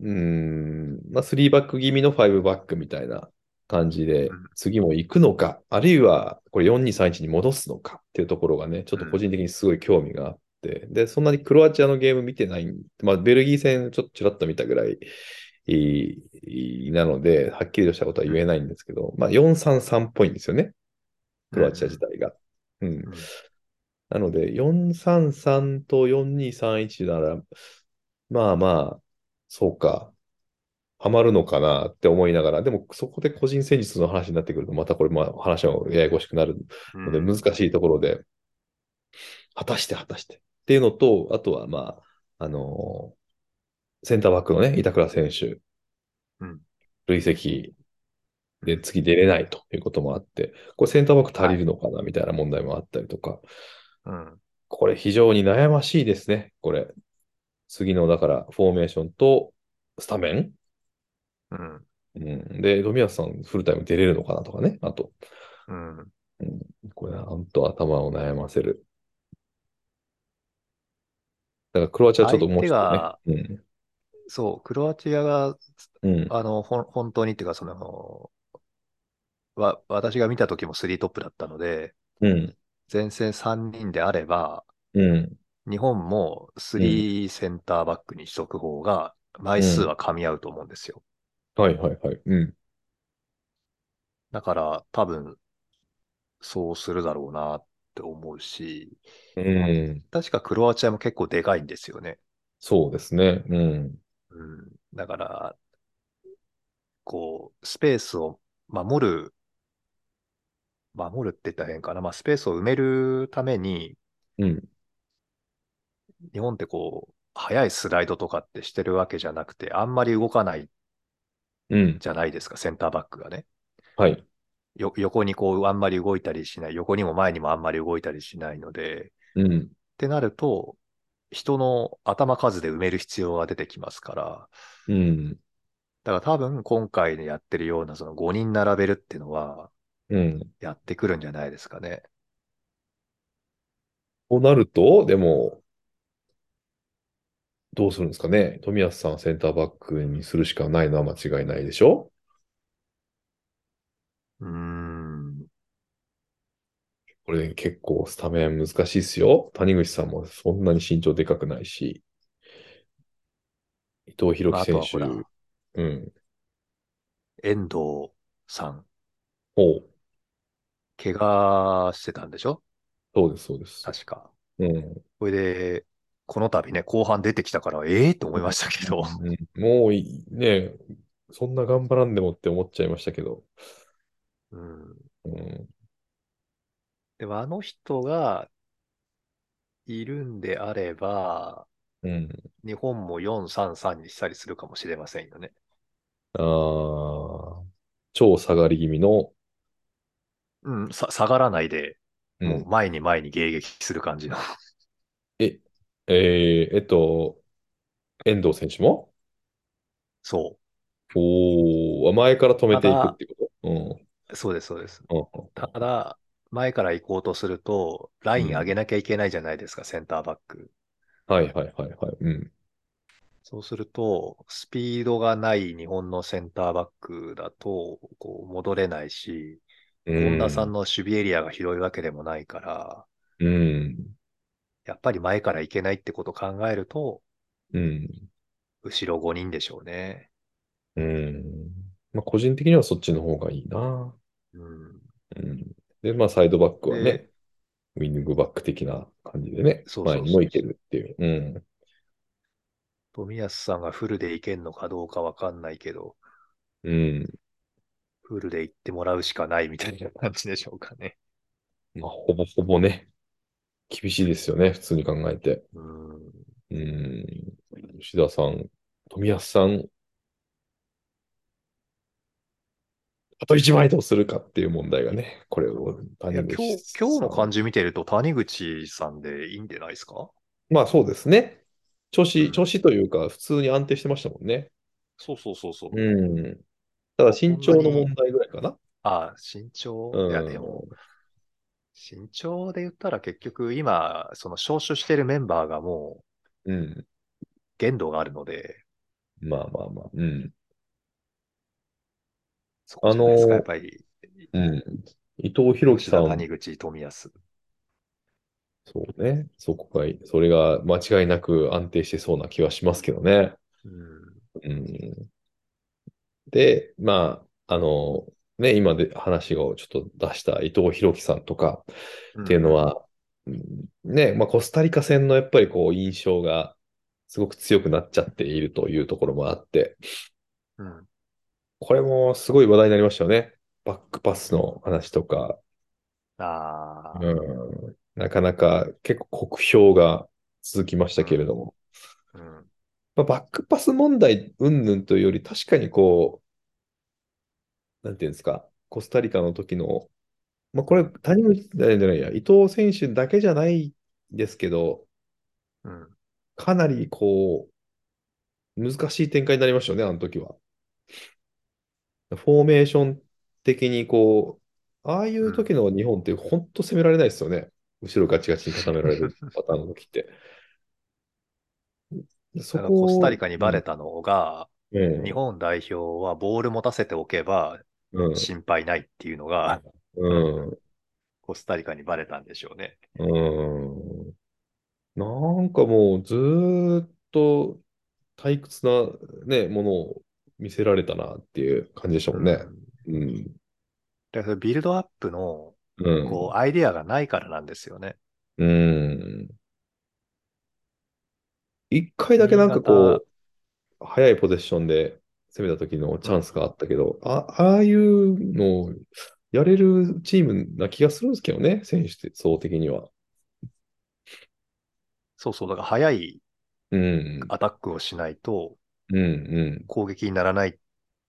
S1: うーん、まあ、3バック気味の5バックみたいな感じで
S2: うん、
S1: 次も行くのか、あるいはこれ4231に戻すのかっていうところがね、ちょっと個人的にすごい興味があって、で、そんなにクロアチアのゲーム見てないん、まあ、ベルギー戦ちょっとちらっと見たぐらいいいいなので、はっきりとしたことは言えないんですけど、まあ、433っぽいんですよね、クロアチア自体が。うん。なので、433と4231なら、まあまあ、そうか、ハマるのかなって思いながら、でもそこで個人戦術の話になってくると、またこれ、まあ話もややこしくなる
S2: うん
S1: ので、難しいところで、果たして果たしてっていうのと、あとはまあ、あのーセンターバックのね、板倉選手、
S2: うん
S1: 累積で次出れないということもあって、これセンターバック足りるのかなみたいな問題もあったりとか、
S2: うん。
S1: これ非常に悩ましいですね、これ。次の、だから、フォーメーションとスタメン、
S2: うん。
S1: うん、で、富安さん、フルタイム出れるのかなとかね、あと。
S2: うん。
S1: これ、本当頭を悩ませる。だから、クロアチアちょっともうちょっとね。
S2: そう、クロアチアが、
S1: うん。うん。
S2: あの、ほん本当にっていうか、その、わ、私が見た時も3トップだったので、
S1: うん。
S2: 前線3人であれば、
S1: うん。
S2: 日本も3センターバックにしとく方が、枚数は噛み合うと思うんですよ。
S1: はいはいはい。うん。
S2: だから、多分、そうするだろうなって思うし、
S1: うん。
S2: 確かクロアチアも結構でかいんですよね。
S1: そうですね。うん。
S2: うん、だから、こう、スペースを守る、守るって言ったら変かな。まあ、スペースを埋めるために、
S1: うん。
S2: 日本ってこう、速いスライドとかってしてるわけじゃなくて、あんまり動かない
S1: うん。
S2: じゃないですか、センターバックがね。
S1: はい。
S2: よ、横にこう、あんまり動いたりしない。横にも前にもあんまり動いたりしないので、っ
S1: うん。
S2: てなると、人の頭数で埋める必要が出てきますから、
S1: うん。
S2: だから多分今回やってるようなその5人並べるっていうのは、
S1: うん。
S2: やってくるんじゃないですかね。
S1: となると、でも、どうするんですかね。冨安さんセンターバックにするしかないのは間違いないでしょ
S2: うーん。
S1: これ結構スタメン難しいですよ。谷口さんもそんなに身長でかくないし。伊藤洋
S2: まああ
S1: 樹
S2: とは
S1: 選
S2: ほら、
S1: 手。うん。
S2: 遠藤さん、
S1: おう
S2: 怪我してたんでしょ
S1: そうです、そうです。
S2: 確か。
S1: うん。
S2: これで、この度ね、後半出てきたから、ええー、と思いましたけど。
S1: うんもういね、そんな頑張らんでもって思っちゃいましたけど。
S2: うん。
S1: うん。
S2: でもあの人が、いるんであれば、
S1: うん。
S2: 日本も433にしたりするかもしれませんよね。
S1: あー超下がり気味の、
S2: うん、さ下がらないで、
S1: う、
S2: もうん前に前に迎撃する感じの。
S1: えーえっと、遠藤選手も
S2: *laughs* そ
S1: おー、前から止めていくってことうん
S2: う、そうです、そうです。
S1: うん。
S2: ただ、前から行こうとすると、ライン上げなきゃいけないじゃないですか、センターバック。
S1: はいはいはいはい。うん。
S2: そうすると、スピードがない日本のセンターバックだと、こう戻れないし、
S1: うん
S2: 本田さんの守備エリアが広いわけでもないから、
S1: うん。
S2: やっぱり前から行けないってことを考えると、
S1: うん。
S2: 後ろ5人でしょうね。
S1: うん。まあ、個人的にはそっちの方がいいな。
S2: うん、
S1: うん。で、まあ、サイドバックはね
S2: で、
S1: ウィングバック的な感じでね、
S2: そうそうそ
S1: 前
S2: う
S1: にもいけるっていう。うん。
S2: 冨安さんがフルで行けんのかどうかわかんないけど、
S1: うん。
S2: フルで行ってもらうしかないみたいな感じでしょうか
S1: *laughs*
S2: ね。
S1: まあ、ほぼほぼね、厳しいですよね、普通に考えて。
S2: うん、
S1: うん。吉田さん、富安さん、あと1枚どうするかっていう問題がね、これを
S2: い
S1: 谷
S2: や
S1: 口
S2: 今日今日の
S1: さん
S2: 感じ見てると、谷口さんでいいんじゃないですか
S1: まあそうですね。調
S2: う
S1: 子、
S2: ん
S1: 調子というか、普通に安定してましたもんね。
S2: そうそうそうそう。
S1: うん。ただ身長の問題ぐらいかな。
S2: ああ、身長、
S1: うん。
S2: いやでも、身長で言ったら結局今、その招集してるメンバーがもう
S1: うん。
S2: 限度があるので、
S1: まあまあまあ。うん。
S2: そこじゃないです
S1: あのー
S2: か、やっぱり、
S1: うん。伊藤洋樹
S2: 吉
S1: さ
S2: 田、
S1: ん、
S2: 谷口、冨安。
S1: そうね。そこがいい、それが間違いなく安定してそうな気はしますけどね。
S2: うん、
S1: うん。で、まあ、あの、ね、今で話をちょっと出した伊藤洋樹さんとか、っていうのは、うんね、まあ、コスタリカ戦のやっぱりこう印象がすごく強くなっちゃっているというところもあって、
S2: うん、うん
S1: これもすごい話題になりましたよね。バックパスの話とか、
S2: ああ、
S1: うん、なかなか結構酷評が続きましたけれども、
S2: うん、
S1: まあ、バックパス問題云々というより、確かにこう、なんていうんですか、コスタリカの時の、まあ、これ、谷口じゃないや、伊藤選手だけじゃないですけど、
S2: うん。
S1: かなりこう、難しい展開になりましたよね、あの時は。フォーメーション的にこう、ああいう時の日本って本当攻められないですよね。後ろガチガチに固められるパターンの時って。そ
S2: だから
S1: こ
S2: コスタリカにバレたのが、
S1: うん
S2: 日本代表はボール持たせておけば
S1: うん
S2: 心配ないっていうのが、
S1: うん
S2: コスタリカにバレたんでしょうね。
S1: うーん。なんかもうずーっと退屈なね、ものを見せられたなっていう感じでしたもんね
S2: う。ん
S1: うん。
S2: だからそれビルドアップの
S1: うん。
S2: こうアイデアがないからなんですよね。
S1: うん。一回だけなんかこう、早いポゼッションで攻めた時のチャンスがあったけど、あ、ああいうのをやれるチームな気がするんですけどね、選手層的には。
S2: そうそう、だから早い
S1: うん、
S2: アタックをしないと
S1: うん、う
S2: 攻撃にならないっ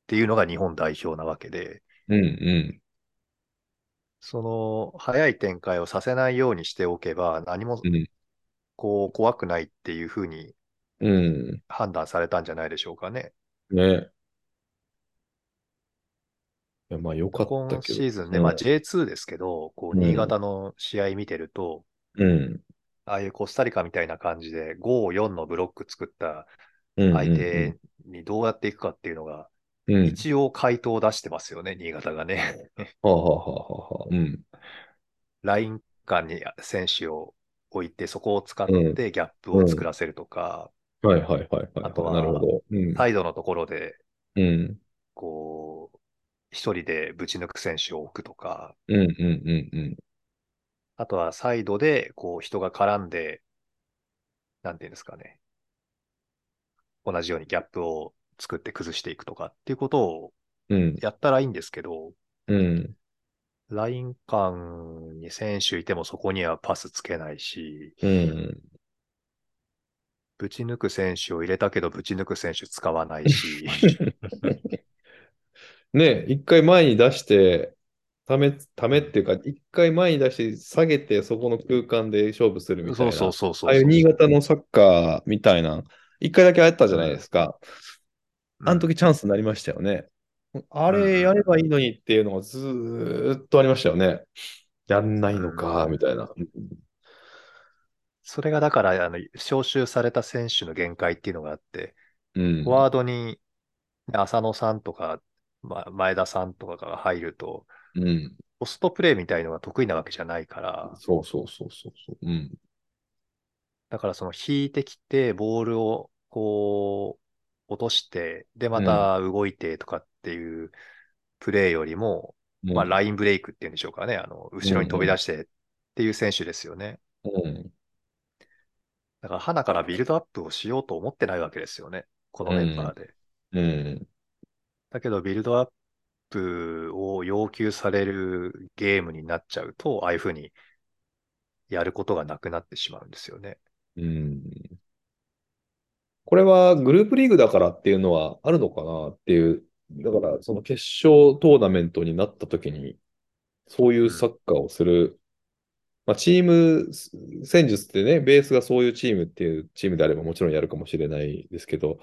S2: ていうのが日本代表なわけで、
S1: ん、うん、
S2: その早い展開をさせないようにしておけば何も
S1: うん
S2: こう怖くないっていうふうに
S1: うん、う
S2: 判断されたんじゃないでしょうかね。
S1: ん、ね。いや、まあ、良かった
S2: 今
S1: けど。
S2: シーズンね、
S1: うん
S2: まあ、J2 ですけど、こう
S1: うん
S2: 新潟の試合見てると、
S1: うん、
S2: ああいうコスタリカみたいな感じで、5、4のブロック作った
S1: うん、うん、
S2: 相手にどうやっていくかっていうのが、
S1: うん、うん。
S2: 一応回答を出してますよね、新潟が
S1: *laughs*
S2: ね。
S1: はあ、はあ、はあ、はあ、うん、
S2: ライン間に選手を置いて、そこを使っ
S1: うん
S2: てギャップを作らせるとか、
S1: はい、はい、はい、はい、はい
S2: あとは
S1: なるほど。うん、
S2: サイドのところで、
S1: うん。
S2: こう、一人でぶち抜く選手を置くとか、
S1: うんうんうんうん。
S2: あとはサイドで、こう、人が絡んで、なんていうんですかね。同じようにギャップを作って崩していくとかっていうことを
S1: うん
S2: やったらいいんですけど、
S1: うん
S2: ライン間に選手いてもそこにはパスつけないし、
S1: うん。
S2: ぶち抜く選手を入れたけど、ぶち抜く選手使わな
S1: *laughs*
S2: いし、
S1: ね、一回前に出して、ため、ためっていうか、一回前に出して下げて、そこの空間で勝負するみたい
S2: そう
S1: な。
S2: そうそうそう。
S1: ああいう新潟のサッカーみたいな、一回だけあったじゃないですか。
S2: うん、
S1: あの時チャンスになりましたよね。あれやればいいのにっていうのがずーっとありましたよね。やんないのか、みたいな。
S2: それがだから、あの、招集された選手の限界っていうのがあって、
S1: うん
S2: フォ。ワードに浅野さんとか、ま、前田さんとかが入ると、
S1: うん。
S2: ポストプレーみたいのが得意なわけじゃないから、
S1: そうそうそうそうそう。うん。
S2: だからその引いてきて、ボールをこう、落として、で、また動いてとかっていうプレーよりも、
S1: もう
S2: まあ、ラインブレイクっていうんでしょうかね、あの、後ろに飛び出してっていう選手ですよね。
S1: うん。
S2: だから、花からビルドアップをしようと思ってないわけですよね、このメンバーで。
S1: うん。
S2: だけど、ビルドアップを要求されるゲームになっちゃうと、ああいうふうにやることがなくなってしまうんですよね。
S1: うん。これはグループリーグだからっていうのはあるのかなっていう。だから、その決勝トーナメントになった時に、そういうサッカーをする。まあ、チーム戦術ってね、ベースがそういうチームっていうチームであればもちろんやるかもしれないですけど、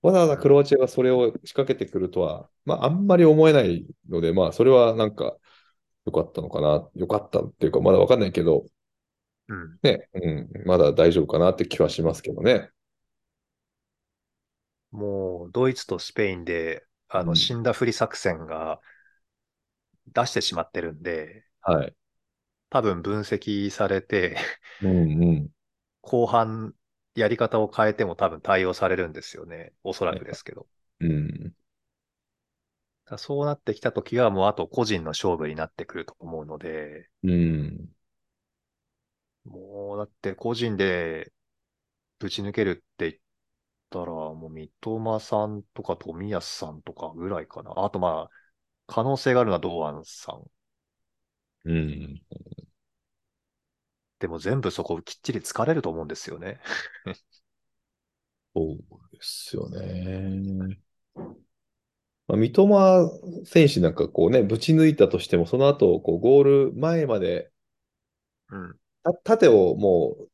S1: わざわざクロアチアがそれを仕掛けてくるとは、まあ、あんまり思えないので、まあ、それはなんか、良かったのかな。良かったっていうか、まだわかんないけど、
S2: うん。
S1: ね、うん、まだ大丈夫かなって気はしますけどね。
S2: もう、ドイツとスペインで、あ
S1: う
S2: の、
S1: ん
S2: 死んだふり作戦が出してしまってるんで、
S1: はい。
S2: 多分分析されて、
S1: うんうん。
S2: 後半やり方を変えても多分対応されるんですよね。おそらくですけど。
S1: うん。
S2: だからそうなってきたときは、もうあと個人の勝負になってくると思うので、
S1: うん。
S2: もうだって個人でぶち抜けるって言ったら、もう三笘さんとか冨安さんとかぐらいかな。あとまあ、可能性があるのは堂安さん。
S1: うん。
S2: でも全部そこきっちり疲れると思うんですよね。
S1: そうですよね。まあ、三笘選手なんかこうね、ぶち抜いたとしても、その後、こう、ゴール前まで、
S2: うん。
S1: た縦をもう、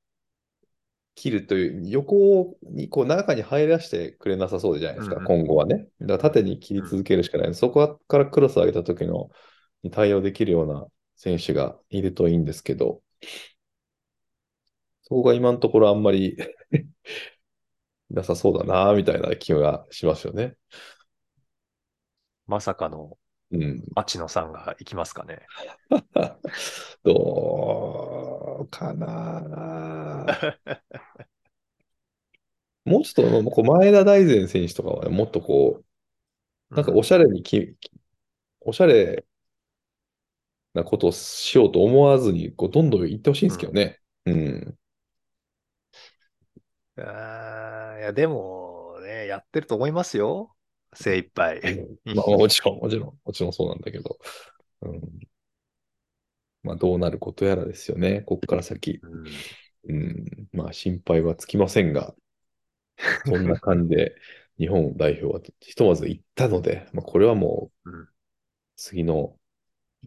S1: 切るという、横に、こう、中に入らせてくれなさそうじゃないですか、
S2: うんうん
S1: 今後はね。だから縦に切り続けるしかない。そこからクロス上げた時の、に対応できるような選手がいるといいんですけど、そこが今のところあんまり *laughs* なさそうだな、みたいな気がしますよね。
S2: まさかの
S1: うん。
S2: 町野さんが行きますかね。
S1: どうか *laughs* な。もうちょっと、こう前田大然選手とかはね、もっとこう、なんか
S2: うん
S1: おしゃれにき、おしゃれなことをしようと思わずに、こうどんどん行ってほしいんですけどね。うん。
S2: あーいや、でもね、やってると思いますよ。精一杯。 *laughs*
S1: まあ、もちろん、もちろん、もちろんそうなんだけど。うん。まあ、どうなることやらですよね、ここから先。
S2: うん
S1: うん、まあ心配はつきません
S2: *laughs*
S1: が、そんな感じで日本代表はひとまず行ったので、まあ、これはもう
S2: うん
S1: 次の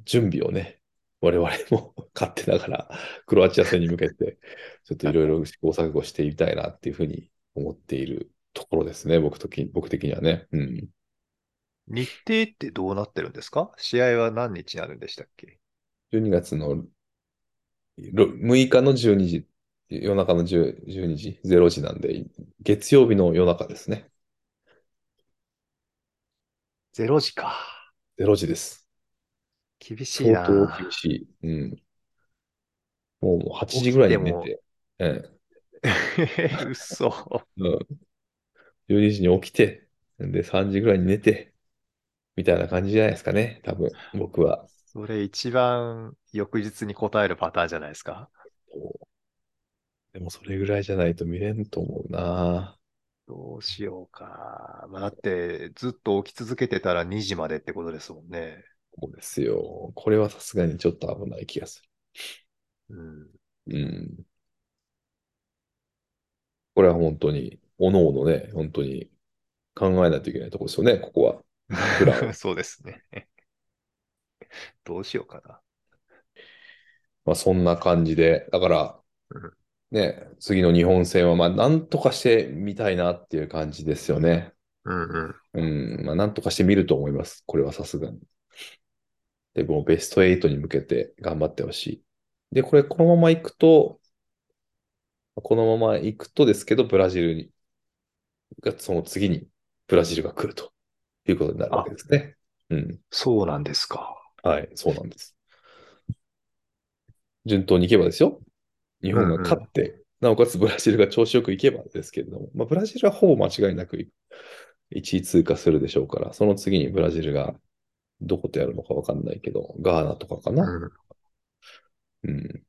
S1: 準備をね、我々も *laughs* 勝手ながらクロアチア戦に向けて、ちょっといろいろ試行錯誤してみたいなっていうふうに思っているところですね、僕とき僕的にはね。うん。
S2: 日程ってどうなってるんですか試合は何日になるんでしたっけ
S1: 12月のろ6日の12時、夜中の10 12時、0時なんで、月曜日の夜中ですね。
S2: 0時か。
S1: 0時です。
S2: 厳しい
S1: 相
S2: な。
S1: 当厳しい。うん。もうもう8時ぐらいに寝
S2: 起き
S1: て、え
S2: *laughs* うそ。
S1: えうん、12時に起きて、で、3時ぐらいに寝て、みたいな感じじゃないですかね、多分、僕は。
S2: それ一番翌日に答えるパターンじゃないですか。
S1: でも、それぐらいじゃないと見れんと思うな。
S2: どうしようか。まあ、だって、ずっと起き続けてたら2時までってことですもんね。
S1: そうですよ。これはさすがにちょっと危ない気がす
S2: うん。
S1: うん。これは本当に、おのおのね、本当に考えないといけないところですよね、ここは。プラン
S2: *laughs* そうですね。どうしようかな。
S1: まあそんな感じで、だから
S2: うん、
S1: ね、次の日本戦は、まあなんとかしてみたいなっていう感じですよね。
S2: うんうん。
S1: うん、まあなんとかしてみると思います。これはさすがに。で、もうベスト8に向けて頑張ってほしい。で、これこのまま行くと、このまま行くとですけど、ブラジルに、がその次にブラジルが来るということになるわけですね。うん。
S2: そうなんですか。
S1: はい、そうなんです。順当に行けばですよ。日本が勝って、なおかつブラジルが調子よく行けばですけれども、まあ、ブラジルはほぼ間違いなく1位通過するでしょうから、その次にブラジルがどことやるのかわかんないけど、ガーナとかかな。
S2: うん、
S1: うん。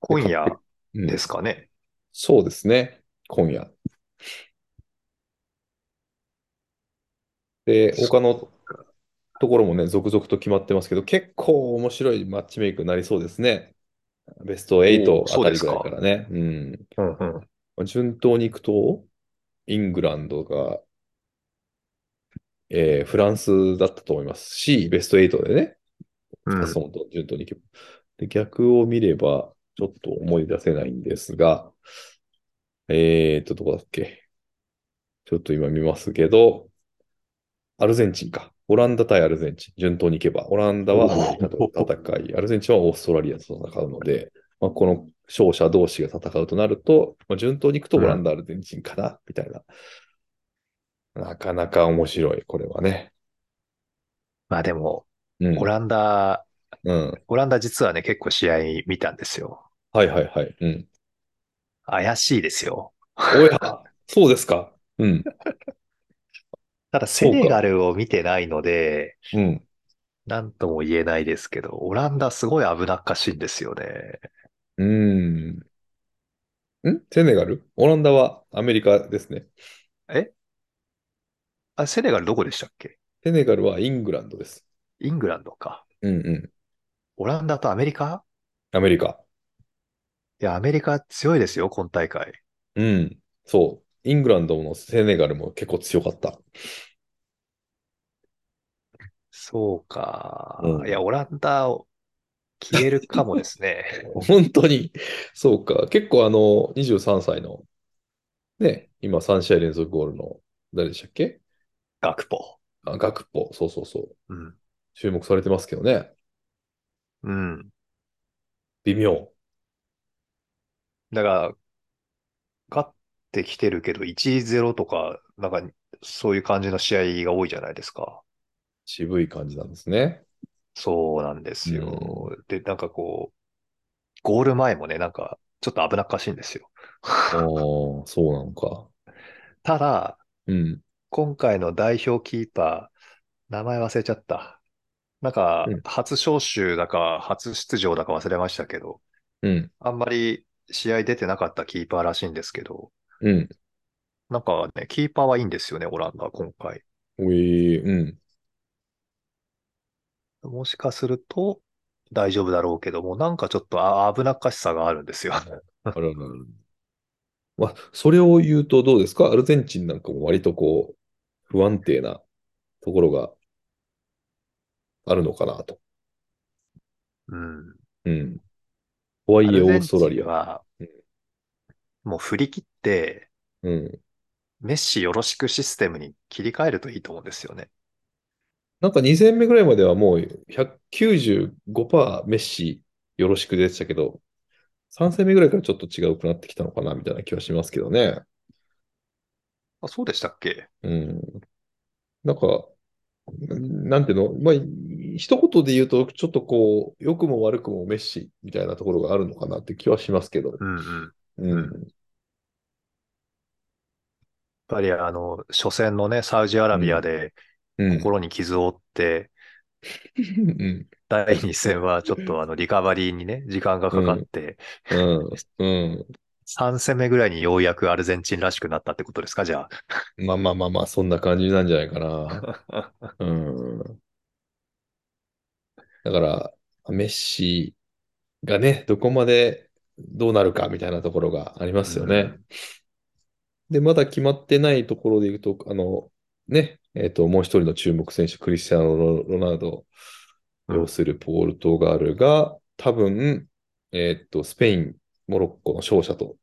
S2: 今夜
S1: うん
S2: ですかね。
S1: そうですね。今夜。で、他のところもね、続々と決まってますけど、結構面白いマッチメイクになりそうですね。ベスト
S2: お
S1: 8
S2: ー
S1: あ
S2: そう
S1: た
S2: で
S1: り
S2: す
S1: ぐ
S2: から
S1: いからね。うん。
S2: うんうん。
S1: 順当にいくと、イングランドが、えーフランスだったと思いますし、ベスト8でね、
S2: うん、
S1: その順当にいけば。で、逆を見れば、ちょっと思い出せないんですが、えーっと、どこだっけ。ちょっと今見ますけど、アルゼンチンか。オランダ対アルゼンチン。順当にいけば。オランダはアメリカと戦い、アルゼンチンはオーストラリアと戦うので、まあ、この勝者同士が戦うとなると、まあ、順当にいくとオランダ、アルゼンチンかな、みたいな。なかなか面白い、これはね。
S2: まあでも、
S1: うん。
S2: オランダ、
S1: うん。
S2: オランダ実はね、結構試合見たんですよ。
S1: はいはいはい。うん。
S2: 怪しいですよ。
S1: おや、そうですか。うん。
S2: ただセネガルを見てないので、
S1: うん。
S2: なんとも言えないですけど、オランダすごい危なっかしいんですよね。
S1: うーん。んセネガルオランダはアメリカですね。
S2: あ、セネガルどこでしたっけ
S1: セネガルはイングランドです。
S2: イングランドか。
S1: うんうん。
S2: オランダとアメリカ
S1: アメリカ。
S2: いや、アメリカ強いですよ、今大会。
S1: うん。そう。イングランドもセネガルも結構強かった。
S2: そうか。
S1: うん
S2: いや、オランダを消えるかもですね。
S1: *laughs* 本当に、そうか。結構あの、23歳の、ね、今3試合連続ゴールの、誰でしたっけ
S2: 学歩。
S1: あ、ガクポ。そうそうそう。
S2: うん。
S1: 注目されてますけどね。
S2: うん。
S1: 微妙。
S2: だから、勝ってきてるけど、1-0とか、なんか、そういう感じの試合が多いじゃないですか。
S1: 渋い感じなんですね。
S2: そうなんですよ。で、なんかこう、ゴール前もね、なんか、ちょっと危なっかしいんですよ。
S1: ああ、そうなのか。
S2: ただ、
S1: うん。
S2: 今回の代表キーパー、名前忘れちゃった。なんか
S1: うん、
S2: 初招集だか、初出場だか忘れましたけど、
S1: うん。
S2: あんまり試合出てなかったキーパーらしいんですけど、
S1: うん。
S2: なんかね、キーパーはいいんですよね、オランダ、今回。
S1: おい、うん。
S2: もしかすると大丈夫だろうけども、なんかちょっとあ危なっかしさがあるん
S1: *laughs*
S2: ですよ。
S1: あらららまあ、それを言うとどうですかアルゼンチンなんかも割とこう、不安定なところがあるのかなと。
S2: うん。
S1: うん。とはい
S2: ア
S1: え、
S2: ル
S1: オ
S2: ゼン
S1: ーストラリ
S2: チン
S1: ア。
S2: は
S1: うん、
S2: もう振り切って、
S1: うん。
S2: メッシよろしくシステムに切り替えるといいと思うんですよね。
S1: なんか2戦目ぐらいまではもう195%メッシよろしくでしたけど、3戦目ぐらいからちょっと違うくなってきたのかなみたいな気はしますけどね。
S2: あ、そうでしたっけ
S1: うん。なんか、なんていうの、まあ、い一言で言うと、ちょっとこう、良くも悪くもメッシみたいなところがあるのかなって気はしますけど。
S2: うんうん。やっ
S1: うん
S2: ん。ぱりあの、初戦のね、サウジアラビアで
S1: うん。
S2: 心に傷を負って、
S1: うん。
S2: 第2戦はちょっとあの、リカバリーにね、時間がかかって、
S1: うん。
S2: 3戦目ぐらいにようやくアルゼンチンらしくなったってことですか、じゃ
S1: うん。まあまあまあまあ、そんな感じなんじゃないかな。
S2: あ。
S1: うん。だから、メッシがね、どこまでどうなるかみたいなところがありますよね。で、まだ決まってないところで言うと、あの、ね、えっ、と、もう一人の注目選手、クリスチャーノ・ロナウド
S2: うん
S1: 要するポルトガルが、多分、えっ、と、スペイン、モロッコの勝者と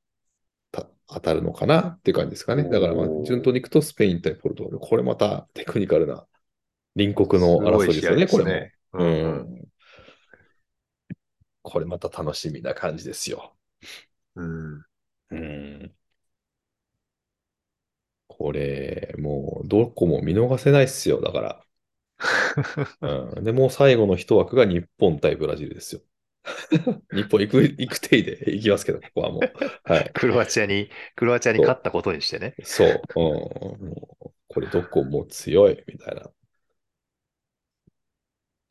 S1: た当たるのかなっていう感じですかね。だから、まあ
S2: お、ー
S1: 順当にいくとスペイン対ポルトガル。これまたテクニカルな隣国の争いですよね、こ
S2: すご
S1: れ
S2: い試合
S1: も。
S2: です
S1: う
S2: ね。
S1: ん。これまた楽しみな感じですよ。
S2: うん。 *laughs* うん
S1: うん。これ、もう、どこも見逃せないっすよ、だから。うん。で、もう最後の一枠が日本対ブラジル
S2: *laughs*
S1: ですよ。日本行く、行く手で行きますけど、ここはもう。はい。
S2: クロアチアに、クロアチアに勝ったことにしてね。
S1: そう。うん。もうこれどこも強い、みたいな。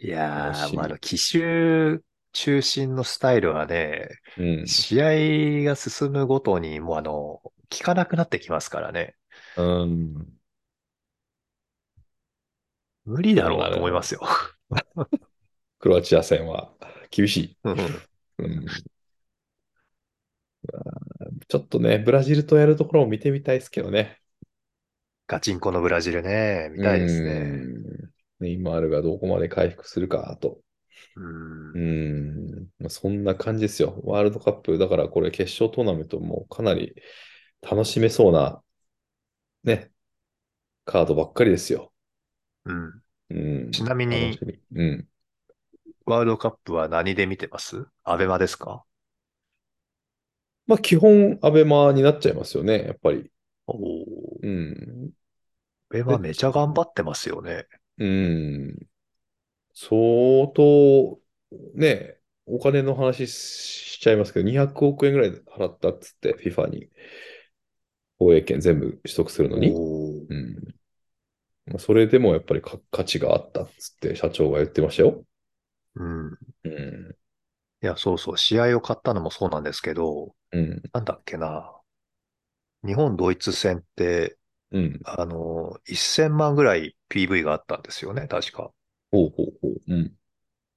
S2: いや
S1: 楽し
S2: ー、
S1: み
S2: まああの、奇襲中心のスタイルはね、
S1: うん。
S2: 試合が進むごとに、もうあの、効かなくなってきますからね。
S1: うん。
S2: 無理だろうなと思いますよ。
S1: クロアチア戦は厳しい。
S2: うん
S1: うん。ちょっとね、ブラジルとやるところを見てみたいですけどね。
S2: ガチンコのブラジルね、見たいですね。
S1: うん。ネイマールがどこまで回復するかと。
S2: うん
S1: う。ん。まあ、そんな感じですよ。ワールドカップ、だからこれ決勝トーナメントもかなり楽しめそうな、ね、カードばっかりですよ。
S2: うん。
S1: うん。
S2: ちなみ
S1: 楽
S2: に、
S1: しみうん。
S2: ワールドカップは何で見てますアベマですか
S1: まあ、基本、アベマになっちゃいますよね、やっぱり。
S2: おお。
S1: うん。
S2: アベマめちゃ頑張ってますよね。
S1: うん。相当、ね、お金の話しちゃいますけど、200億円ぐらい払ったっつって、FIFA に放映権全部取得するのに。
S2: おー
S1: うん。まあそれでもやっぱりか価値があったっつって社長が言ってましたよ。
S2: うん。
S1: うん。
S2: いや、そうそう。試合を買ったのもそうなんですけど、
S1: うん。
S2: なんだっけな。日本ドイツ戦って、
S1: うん。
S2: あの、1000万ぐらい PV があったんですよね、確か。
S1: ほうほうほう。うん。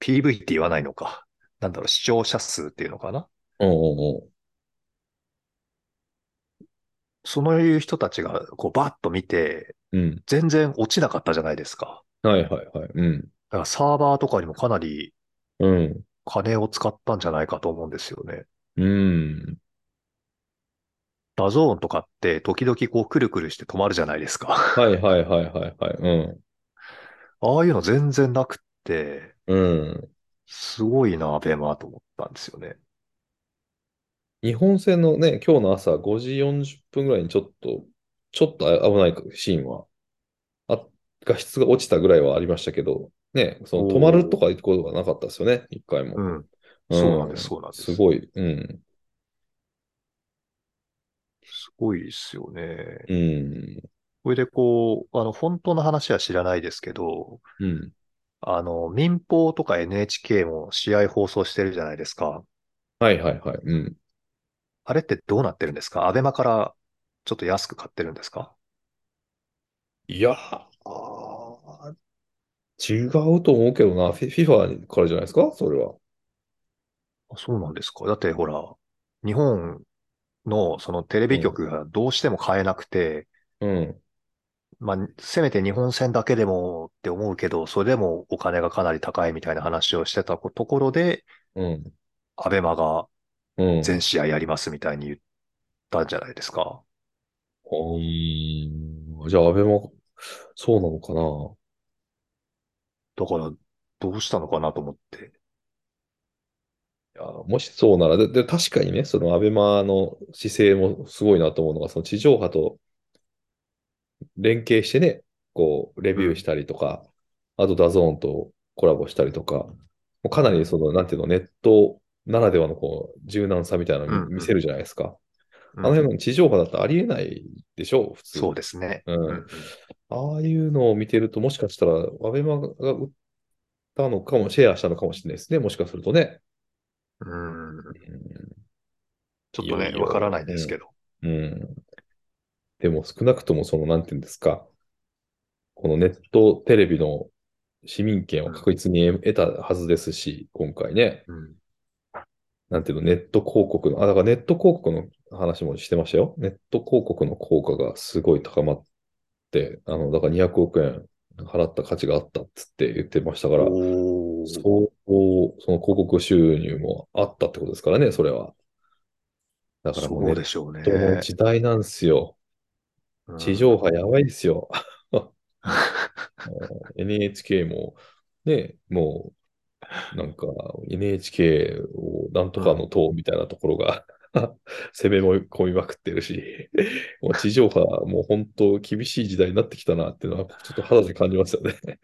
S2: PV って言わないのか。なんだろう、視聴者数っていうのかな。
S1: おうおうおう。
S2: そういう人たちが、こう、バッと見て、
S1: うん。
S2: 全然落ちなかったじゃないですか。
S1: はいはいはい。うん。
S2: だからサーバーとかにもかなり
S1: うん。
S2: 金を使ったんじゃないかと思うんですよね。
S1: うん。
S2: ダゾーンとかって、時々こう、くるくるして止まるじゃないですか。
S1: はいはいはいはいはい。
S2: ああいうの全然なくって、
S1: うん。うん。
S2: すごいな、アベマと思ったんですよね。
S1: 日本戦のね、今日の朝5時40分ぐらいにちょっと、ちょっと危ないシーンは、あ、画質が落ちたぐらいはありましたけど、ね、その止まるとかいうことがなかったですよね、一回も。
S2: うん。そうなんです、そうなんです。
S1: すごい。うん。
S2: すごいですよね。
S1: うん。
S2: それでこう、あの、本当の話は知らないですけど、
S1: うん。
S2: あの、民放とか NHK も試合放送してるじゃないですか。
S1: はいはいはい。うん。
S2: あれってどうなってるんですかアベマからちょっと安く買ってるんですか
S1: いやー、違うと思うけどな。フィ FIFA からじゃないですかそれは。
S2: あそうなんですかだってほら、日本のそのテレビ局がどうしても買えなくて、
S1: うん。
S2: まあ、せめて日本戦だけでもって思うけど、それでもお金がかなり高いみたいな話をしてたところで、
S1: うん。
S2: アベマが
S1: うん。
S2: 全試合やりますみたいに言ったんじゃないですか。
S1: うーんじゃあ、アベマ、そうなのかな
S2: だから、どうしたのかなと思って。
S1: いやもしそうなら、で、で確かにね、そのアベマの姿勢もすごいなと思うのが、その地上波と連携してね、こう、レビューしたりとか、あとダゾーンとコラボしたりとか、もうかなりその、なんていうの、ネットならではのこう、柔軟さみたいな
S2: うん
S1: の
S2: うん
S1: 見せるじゃないですか。
S2: う
S1: あ
S2: ん
S1: の辺の地上波だとありえないでしょう、普通。
S2: そうですね。
S1: うん
S2: うん
S1: ああいうのを見てると、もしかしたら、アベマが売ったのかも、シェアしたのかもしれないですね、もしかするとね。
S2: うんうん
S1: う
S2: ちょっと
S1: いよ
S2: ね、
S1: いよ
S2: わからないんですけど。
S1: ん。うんでも、少なくとも、その、なんていうんですか、このネットテレビの市民権を確実に得得たはずですし、今回ね。
S2: うん
S1: なんていうの、ネット広告の、あ、だからネット広告の話もしてましたよ。ネット広告の効果がすごい高まって、あの、だから200億円払った価値があったっつって言ってましたから、
S2: おー
S1: 相当、その広告収入もあったってことですからね、それは。だからもう
S2: そ
S1: ネ
S2: うで
S1: ッ
S2: しょうね
S1: ト。の時代なんですよ。
S2: うん
S1: 地上波やばいです
S2: *laughs*
S1: よ。NHK も、ね、もう、なんか NHK をなんとかの党みたいなところが *laughs* 攻め込みまくってるし、もう地上波、もう本当厳しい時代になってきたなっていうのは、ちょっと肌で感じますよね。 *laughs*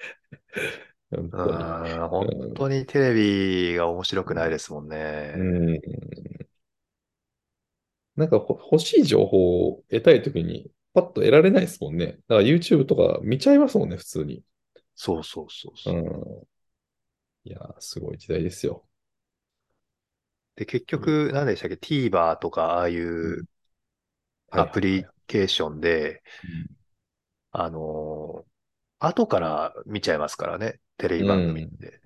S1: 本
S2: う
S1: 当に
S2: ん本当にテレビが面白くないですもんね。
S1: うんなんかほ欲しい情報を得たいときに、パッと得られないですもんね。だから YouTube とか見ちゃいますもんね、普通に。
S2: そうそうそう
S1: う
S2: そう、
S1: ん。いやー、すごい時代ですよ。
S2: で、結局、何でしたっけ ?TVer とか、ああいうアプリケーションで、あのー後から見ちゃいますからね。テレビ番組って。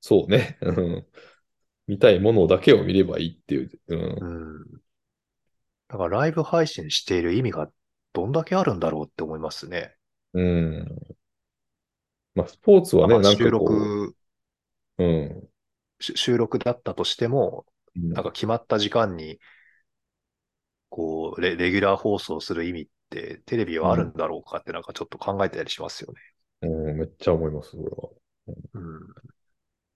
S1: そうね。うん見たいものだけを見ればいいっていう。うん
S2: う。ん。だから、ライブ配信している意味がどんだけあるんだろうって思いますね。
S1: うん。まあ、スポーツはね、
S2: まあ
S1: なん
S2: 収
S1: かこう、
S2: 録、
S1: うん。
S2: し収録だったとしても、なんか決まった時間に、こうレ、レギュラー放送する意味って、テレビはあるんだろうかって、なんかちょっと考えたりしますよね。
S1: うん、めっちゃ思います、それは。
S2: うん。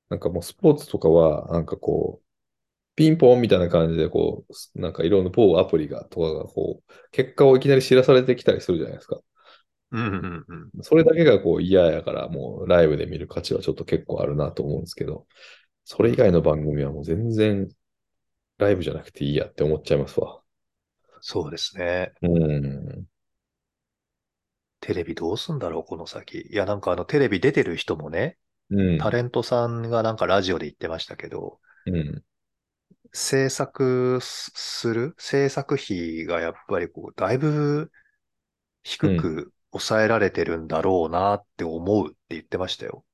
S1: なんかもうスポーツとかは、なんかこう、ピンポンみたいな感じで、こう、なんかいろんな某アプリが、とかがこう、結果をいきなり知らされてきたりするじゃないですか。
S2: うんうんうん。
S1: それだけがこう嫌やから、もうライブで見る価値はちょっと結構あるなと思うんですけど、それ以外の番組はもう全然ライブじゃなくていいやって思っちゃいますわ。
S2: そうですね。
S1: うん。
S2: テレビどうすんだろう、この先。いや、なんかあの、テレビ出てる人もね、
S1: うん。
S2: タレントさんがなんかラジオで言ってましたけど、
S1: うん。
S2: 制作すする、制作費がやっぱりこう、だいぶ低く抑えられてるんだろうなって思うって言ってましたよ。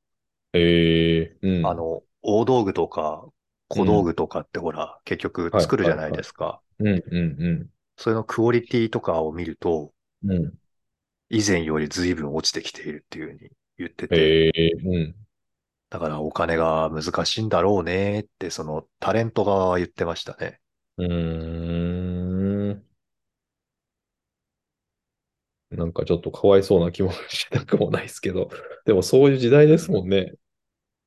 S1: ええうん。
S2: あの、大道具とか小道具とかってほら、結局作るじゃないですか。
S1: うん、うん、
S2: それのクオリティとかを見ると、
S1: うん。うん。
S2: 以前より随分落ちてきているっていうふうに言ってて、
S1: ええうん。
S2: だからお金が難しいんだろうねって、そのタレント側は言ってましたね。
S1: うーん。なんかちょっとかわいそうな気もしなくもないですけど、でもそういう時代ですもんね。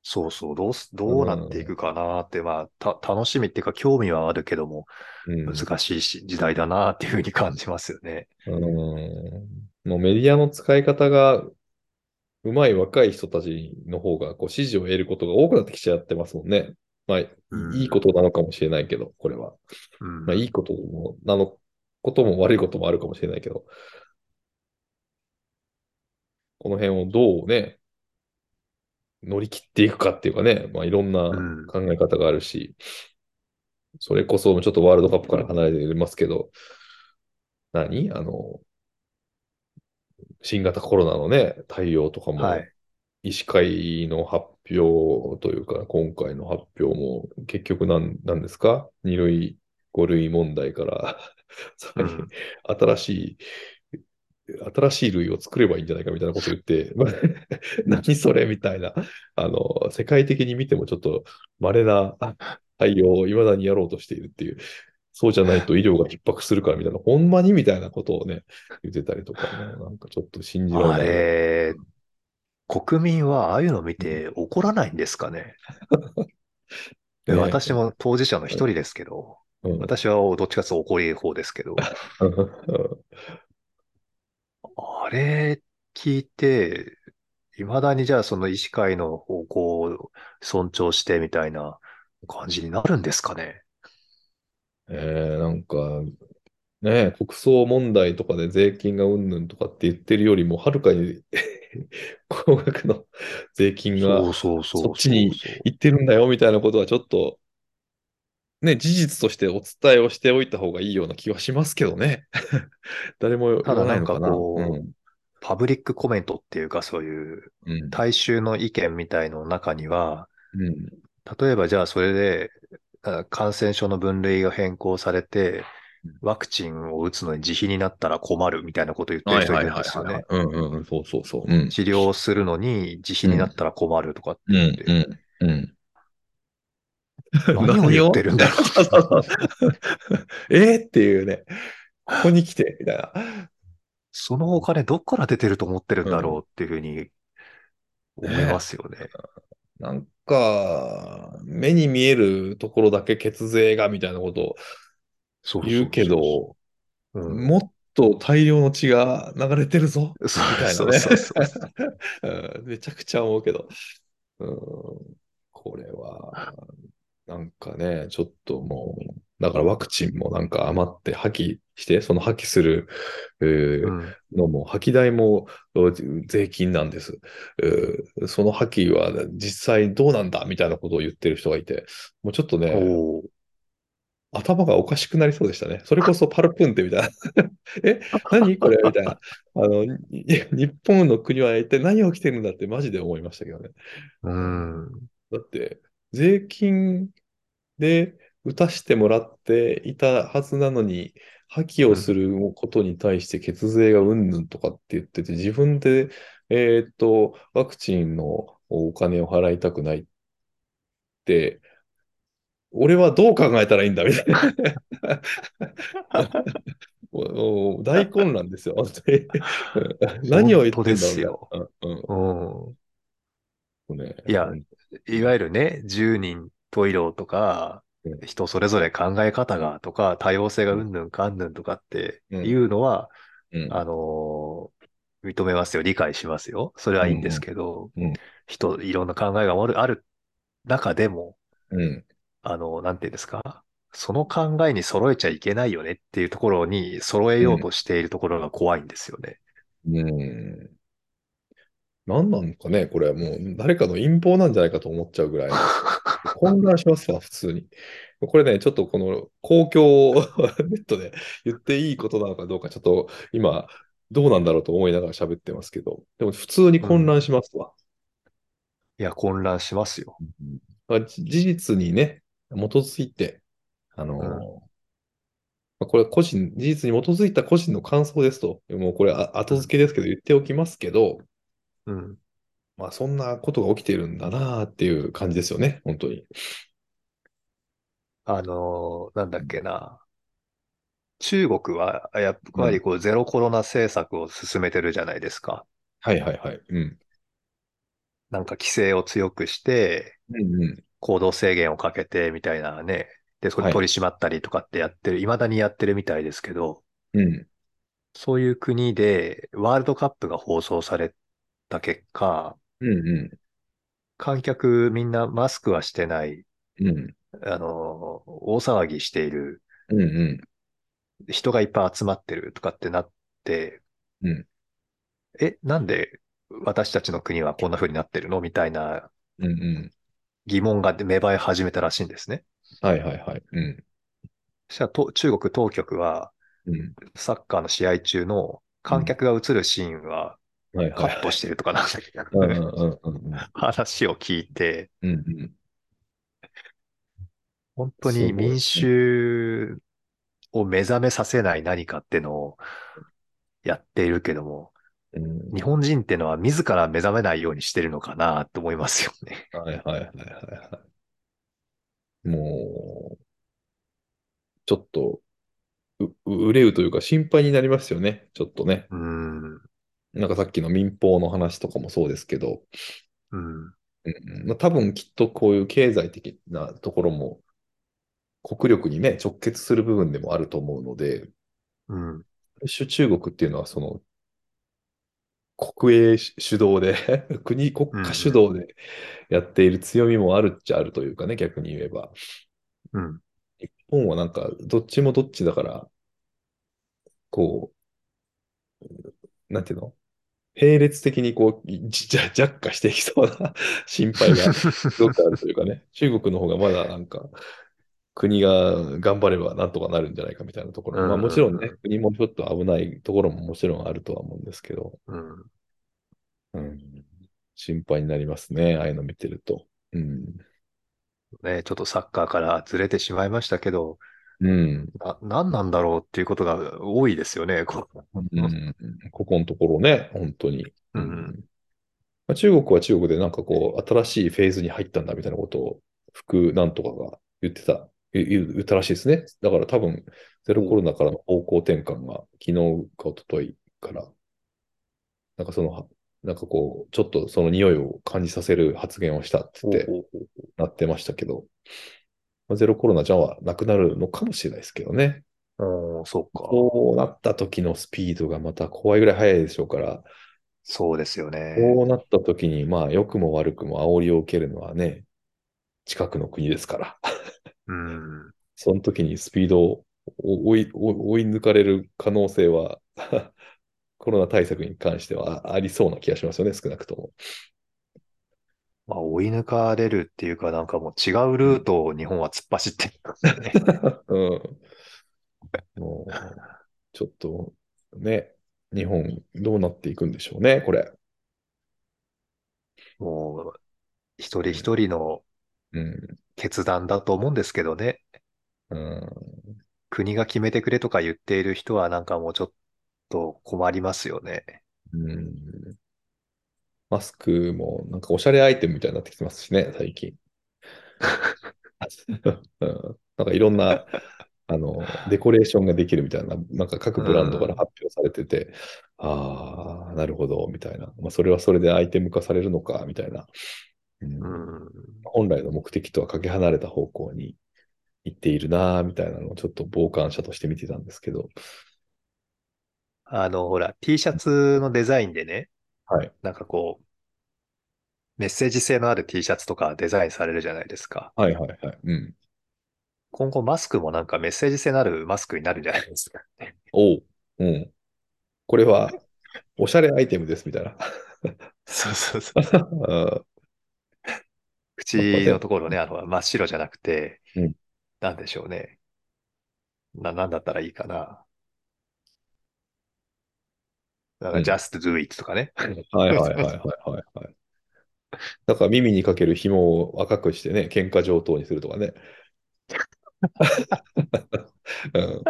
S2: そうそう、どうす、どうなっていくかなって、まあ、た、楽しみっていうか興味はあるけども、
S1: うん。
S2: 難しいし、時代だなっていうふうに感じますよね。
S1: うんもうメディアの使い方がうまい若い人たちの方がこう支持を得ることが多くなってきちゃってますもんね。まあ、い
S2: うん
S1: いいことなのかもしれないけど、これは。
S2: うん
S1: まあ、いいことも、なの、ことも悪いこともあるかもしれないけど、この辺をどうね、乗り切っていくかっていうかね、まあ、いろんな
S2: うん
S1: 考え方があるし、それこそちょっとワールドカップから離れてますけど、何あの、新型コロナのね、対応とかも、
S2: はい。
S1: 医師会の発表というか、今回の発表も結局なん、なんですか ?2 類、5類問題から、 *laughs* さらに
S2: うん
S1: 新しい、新しい類を作ればいいんじゃないかみたいなこと言
S2: *laughs*
S1: って、 *laughs* 何それみたいな、あの、世界的に見てもちょっと稀な対応を未だにやろうとしているっていう、そうじゃないと医療が逼迫するからみたいな、ほんまにみたいなことをね、言ってたりとかね、なんかちょっと信じられな
S2: あ
S1: い。
S2: れ、国民はああいうの見て怒らないんですかね。
S1: ね
S2: 私も当事者の一人ですけど、
S1: うん
S2: 私はどっちかというと怒り方ですけど、あれ聞いて、いまだにじゃあその医師会の方向を尊重してみたいな感じになるんですかね。
S1: えー、なんか、ねえ、国葬問題とかで税金がうんぬんとかって言ってるよりも、はるかに *laughs* 高額の税金が
S2: そうそうそう
S1: そっちにいってるんだよみたいなことは、ちょっと、ね、事実としてお伝えをしておいた方がいいような気はしますけどね。 *laughs* 誰も言
S2: ただ
S1: わないの
S2: なん
S1: か
S2: か
S1: な。
S2: こうパブリックコメントっていうかそういう
S1: うん、うん、
S2: 大衆の意見みたいの中には、
S1: うん、
S2: 例えばじゃあそれであ感染症の分類が変更されて、ワクチンを打つのに自費になったら困るみたいなことを言ってる人いるんですよね。
S1: うんうんうん、そうそうそう。うん。
S2: 治療するのに自費になったら困るとかって
S1: う
S2: 言っ
S1: ん
S2: て、
S1: うんうん。
S2: 何を言ってる
S1: *laughs*
S2: んだろう *laughs*
S1: 何を *laughs* えーっていうね。ここに来て、みたいな。
S2: そのお金どっから出てると思ってるんだろうっていうふうに思いますよね。
S1: なんか、目に見えるところだけ血税がみたいなことを
S2: そうそうそう
S1: 言うけど、
S2: うん
S1: もっと大量の血が流れてるぞ。
S2: そ
S1: み
S2: う
S1: たいな
S2: そう
S1: ね
S2: そうそう。
S1: *laughs* うんめちゃくちゃ思うけど。うん、これは、なんかね、ちょっともう、だからワクチンもなんか余って破棄して、その破棄する、え *laughs* ー
S2: うん
S1: のも、破棄代もう税金なんです。うーその破棄は実際どうなんだみたいなことを言ってる人がいて、もうちょっとね、
S2: おー
S1: 頭がおかしくなりそうでしたね。それこそパルプンテみたいな。 *laughs* え、何これみたいな。あの、に日本の国は一体何が起きてるんだってマジで思いましたけどね。
S2: うん。
S1: だって、税金で打たしてもらっていたはずなのに、破棄をすることに対して血税がうんぬんとかって言ってて、自分で、えーっと、ワクチンのお金を払いたくないって、俺はどう考えたらいいんだみたいな。もう大混乱ですよ、本当に何を言ってんだろう
S2: 本当ですよ
S1: みたいな。
S2: うん
S1: うんうんね
S2: いやいわゆるね、10人トイレとか
S1: う、ん
S2: 人それぞれ考え方がとか、多様性がうんぬんかんぬんとかっていうのは、
S1: うん
S2: あのー認めますよ、理解しますよ。それはいいんですけど、
S1: うんうんうん
S2: 人、いろんな考えがあるある中でも、
S1: うん
S2: あの、なんていうんですか、その考えに揃えちゃいけないよねっていうところに揃えようとしているところが怖いんですよね。
S1: うん。何なんかね、これはもう誰かの陰謀なんじゃないかと思っちゃうぐら
S2: *laughs*
S1: い、混乱しますわ、普通に。これね、ちょっとこの公共 *laughs* をネットで言っていいことなのかどうか、ちょっと今、どうなんだろうと思いながら喋ってますけど、でも普通に混乱しますわ。
S2: いや、混乱しますよ。
S1: まあじ事実にね、基づいて、あのー
S2: うん
S1: まあこれは個人、事実に基づいた個人の感想ですと、もうこれあ後付けですけど、言っておきますけど、
S2: うん。
S1: まあ、そんなことが起きてるんだなっていう感じですよね、本当に。
S2: あのーなんだっけな。中国は、やっぱりこう、ゼロコロナ政策を進めてるじゃないですか。
S1: はいはいはい。うん。
S2: なんか規制を強くして、
S1: うんうん。
S2: 行動制限をかけてみたいなね。で、そ
S1: は
S2: れ
S1: い
S2: 取り締まったりとかってやってる、未だにやってるみたいですけど、
S1: うん。
S2: そういう国でワールドカップが放送された結果、
S1: うんう
S2: 観客みんなマスクはしてない、
S1: ん。うん。
S2: あの、大騒ぎしている、
S1: うんうん。
S2: 人がいっぱい集まってるとかってなって、
S1: うん
S2: え、なんで私たちの国はこんな風になってるのみたいな
S1: うんうん。
S2: 疑問が芽生え始めたらしいんですね。
S1: はいはいはい。うん。
S2: そしたらと中国当局は
S1: うん。
S2: サッカーの試合中の観客が映るシーンは
S1: はい
S2: カ
S1: はい
S2: ットしてるとかなんだけど、
S1: はい。うんうんうんうん
S2: *laughs* 話を聞いて、
S1: うんうん。
S2: 本当
S1: すご
S2: に
S1: いね
S2: 民衆を目覚めさせない何かってのをやっているけども、
S1: うん
S2: 日本人ってのは自ら目覚めないようにしてるのかなと思いますよ
S1: *laughs*
S2: ね。
S1: はいはいはいはいはい。もう、ちょっと、う、う憂うというか心配になりますよね。ちょっとね。
S2: うーん。
S1: なんかさっきの民放の話とかもそうですけど、
S2: うん。
S1: うんうんまあ、多分きっとこういう経済的なところも国力にね、直結する部分でもあると思うので、
S2: うん。
S1: 中中国っていうのはその国営主導で *laughs* 国、国家主導でやっている強みもあるっちゃあるというかね、逆に言えば。
S2: うん。
S1: 日本はなんかどっちもどっちだから、こう、なんていうの並列的にこう、じじゃ、弱化していきそうな *laughs* 心配がすごくあるというかね、中国の方がまだなんか、国が頑張ればなんとかなるんじゃないかみたいなところ、
S2: うん
S1: まあ、もちろんね、国もちょっと危ないところももちろんあるとは思うんですけど、
S2: *laughs* うん。
S1: うん、心配になりますね、ああいうの見てると。うん、
S2: ね、ちょっとサッカーからずれてしまいましたけど、
S1: うん。
S2: な、何なんだろうっていうことが多いですよね、こう。
S1: うん、ここのところね、本当に。
S2: うん
S1: まあ、中国は中国でなんかこう、新しいフェーズに入ったんだみたいなことを、福なんとかが言ってた、言言言ったらしいですね。だから多分、ゼロコロナからの方向転換が、昨日か一昨日から、なんかその、はなんかこう、ちょっとその匂いを感じさせる発言をしたって言って
S2: ほうほうほう
S1: なってましたけど、まあ、ゼロコロナじゃはなくなるのかもしれないですけどね。
S2: おーそうか。
S1: こうなった時のスピードがまた怖いぐらい速いでしょうから、
S2: そうですよね。
S1: こうなった時に、まあ、良くも悪くも煽りを受けるのはね、近くの国ですから、 *laughs*
S2: うん。
S1: その時にスピードを追い追い追い抜かれる可能性は、 *laughs* コロナ対策に関してはあありそうな気がしますよね、少なくとも。
S2: まあ、追い抜かれるっていうか、なんかもう違うルートを日本は突っ走ってる、 *laughs* ね。
S1: うん。もう、ちょっと、ね、日本どうなっていくんでしょうね、これ。
S2: もう、一人一人の
S1: うん。
S2: 決断だと思うんですけどね。
S1: うん、
S2: 国が決めてくれとか言っている人は、なんかもうちょっと困りますよね。
S1: うん。マスクもなんかおしゃれアイテムみたいになってきてますしね、最 *laughs* 近。うん、なんかいろんなあのデコレーションができるみたいな、なんか各ブランドから発表されてて、ああ、なるほど、みたいな。まあ、それはそれでアイテム化されるのか、みたいな。うん
S2: うん。
S1: 本来の目的とはかけ離れた方向に行っているな、みたいなのをちょっと傍観者として見てたんですけど。
S2: あの、ほら、T シャツのデザインでね、
S1: はい。
S2: なんかこう、メッセージ性のある T シャツとかデザインされるじゃないですか。
S1: はいはいはい。うん。
S2: 今後マスクもなんかメッセージ性のあるマスクになるんじゃないですか。
S1: おう。うん。これは、おしゃれアイテムです、みたいな。
S2: そうそうそう。
S1: あ
S2: 口のところね、あの、真っ白じゃなくて
S1: うん、
S2: なんでしょうね。な、なんだったらいいかな。なんか
S1: うん
S2: just do it とかね。 *laughs*
S1: ーはいはいはいはいはいはい。だから耳にかける紐を赤くしてね、喧嘩上等にするとかね。うん、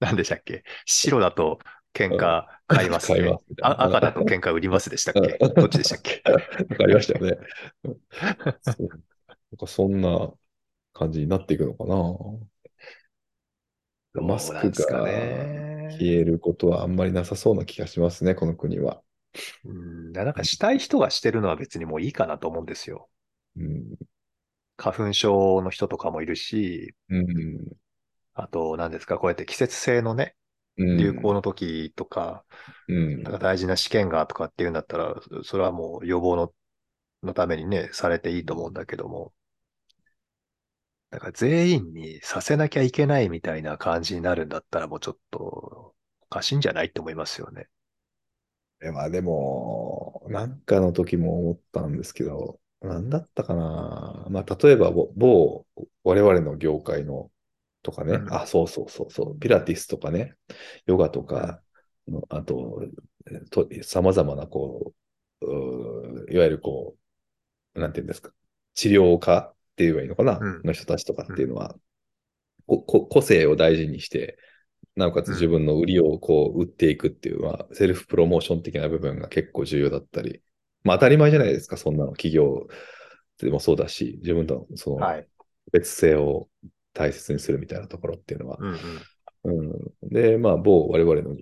S2: なんでしたっけ白だと喧嘩買います
S1: 買い
S2: ね
S1: ますみたいな
S2: あ赤だと喧嘩売りますでしたっけどっちでしたっ
S1: *laughs*
S2: け
S1: わかりましたよね。そうなんかそんな感じになっていくのかな。マス
S2: どうなん
S1: ク
S2: ですか
S1: が
S2: ね。
S1: 消えることはあんまりなさそうな気がしますね、この国は。
S2: うん、だなんかしたい人がしてるのは別にもういいかなと思うんですよ。
S1: うん。
S2: 花粉症の人とかもいるし、
S1: うん。
S2: あと何ですか、こうやって季節性のね、
S1: うん
S2: 流行の時とか、
S1: うん
S2: なんか大事な試験がとかっていうんだったら、それはもう予防の、のためにね、されていいと思うんだけども。だから全員にさせなきゃいけないみたいな感じになるんだったらもうちょっとおかしいんじゃないって思いますよね。
S1: これはでも、なんかの時も思ったんですけど、なんだったかな。まあ、例えば、ぼ某、我々の業界のとかね、
S2: うん
S1: あ、そうそうそうそう、ピラティスとかね、ヨガとか、のあと、と、さまざまな、こう、うーいわゆるこう、なんていうんですか、治療家って言えばいいのかな、
S2: うん
S1: の人たちとかっていうのは、ここ個性を大事にして、なおかつ自分の売りをこう売っていくっていう、まあ、セルフプロモーション的な部分が結構重要だったり、まあ当たり前じゃないですか、そんなの企業でもそうだし、自分のその
S2: い。
S1: 別性を大切にするみたいなところっていうのは。
S2: うんうん。
S1: うん、で、まあ某我々の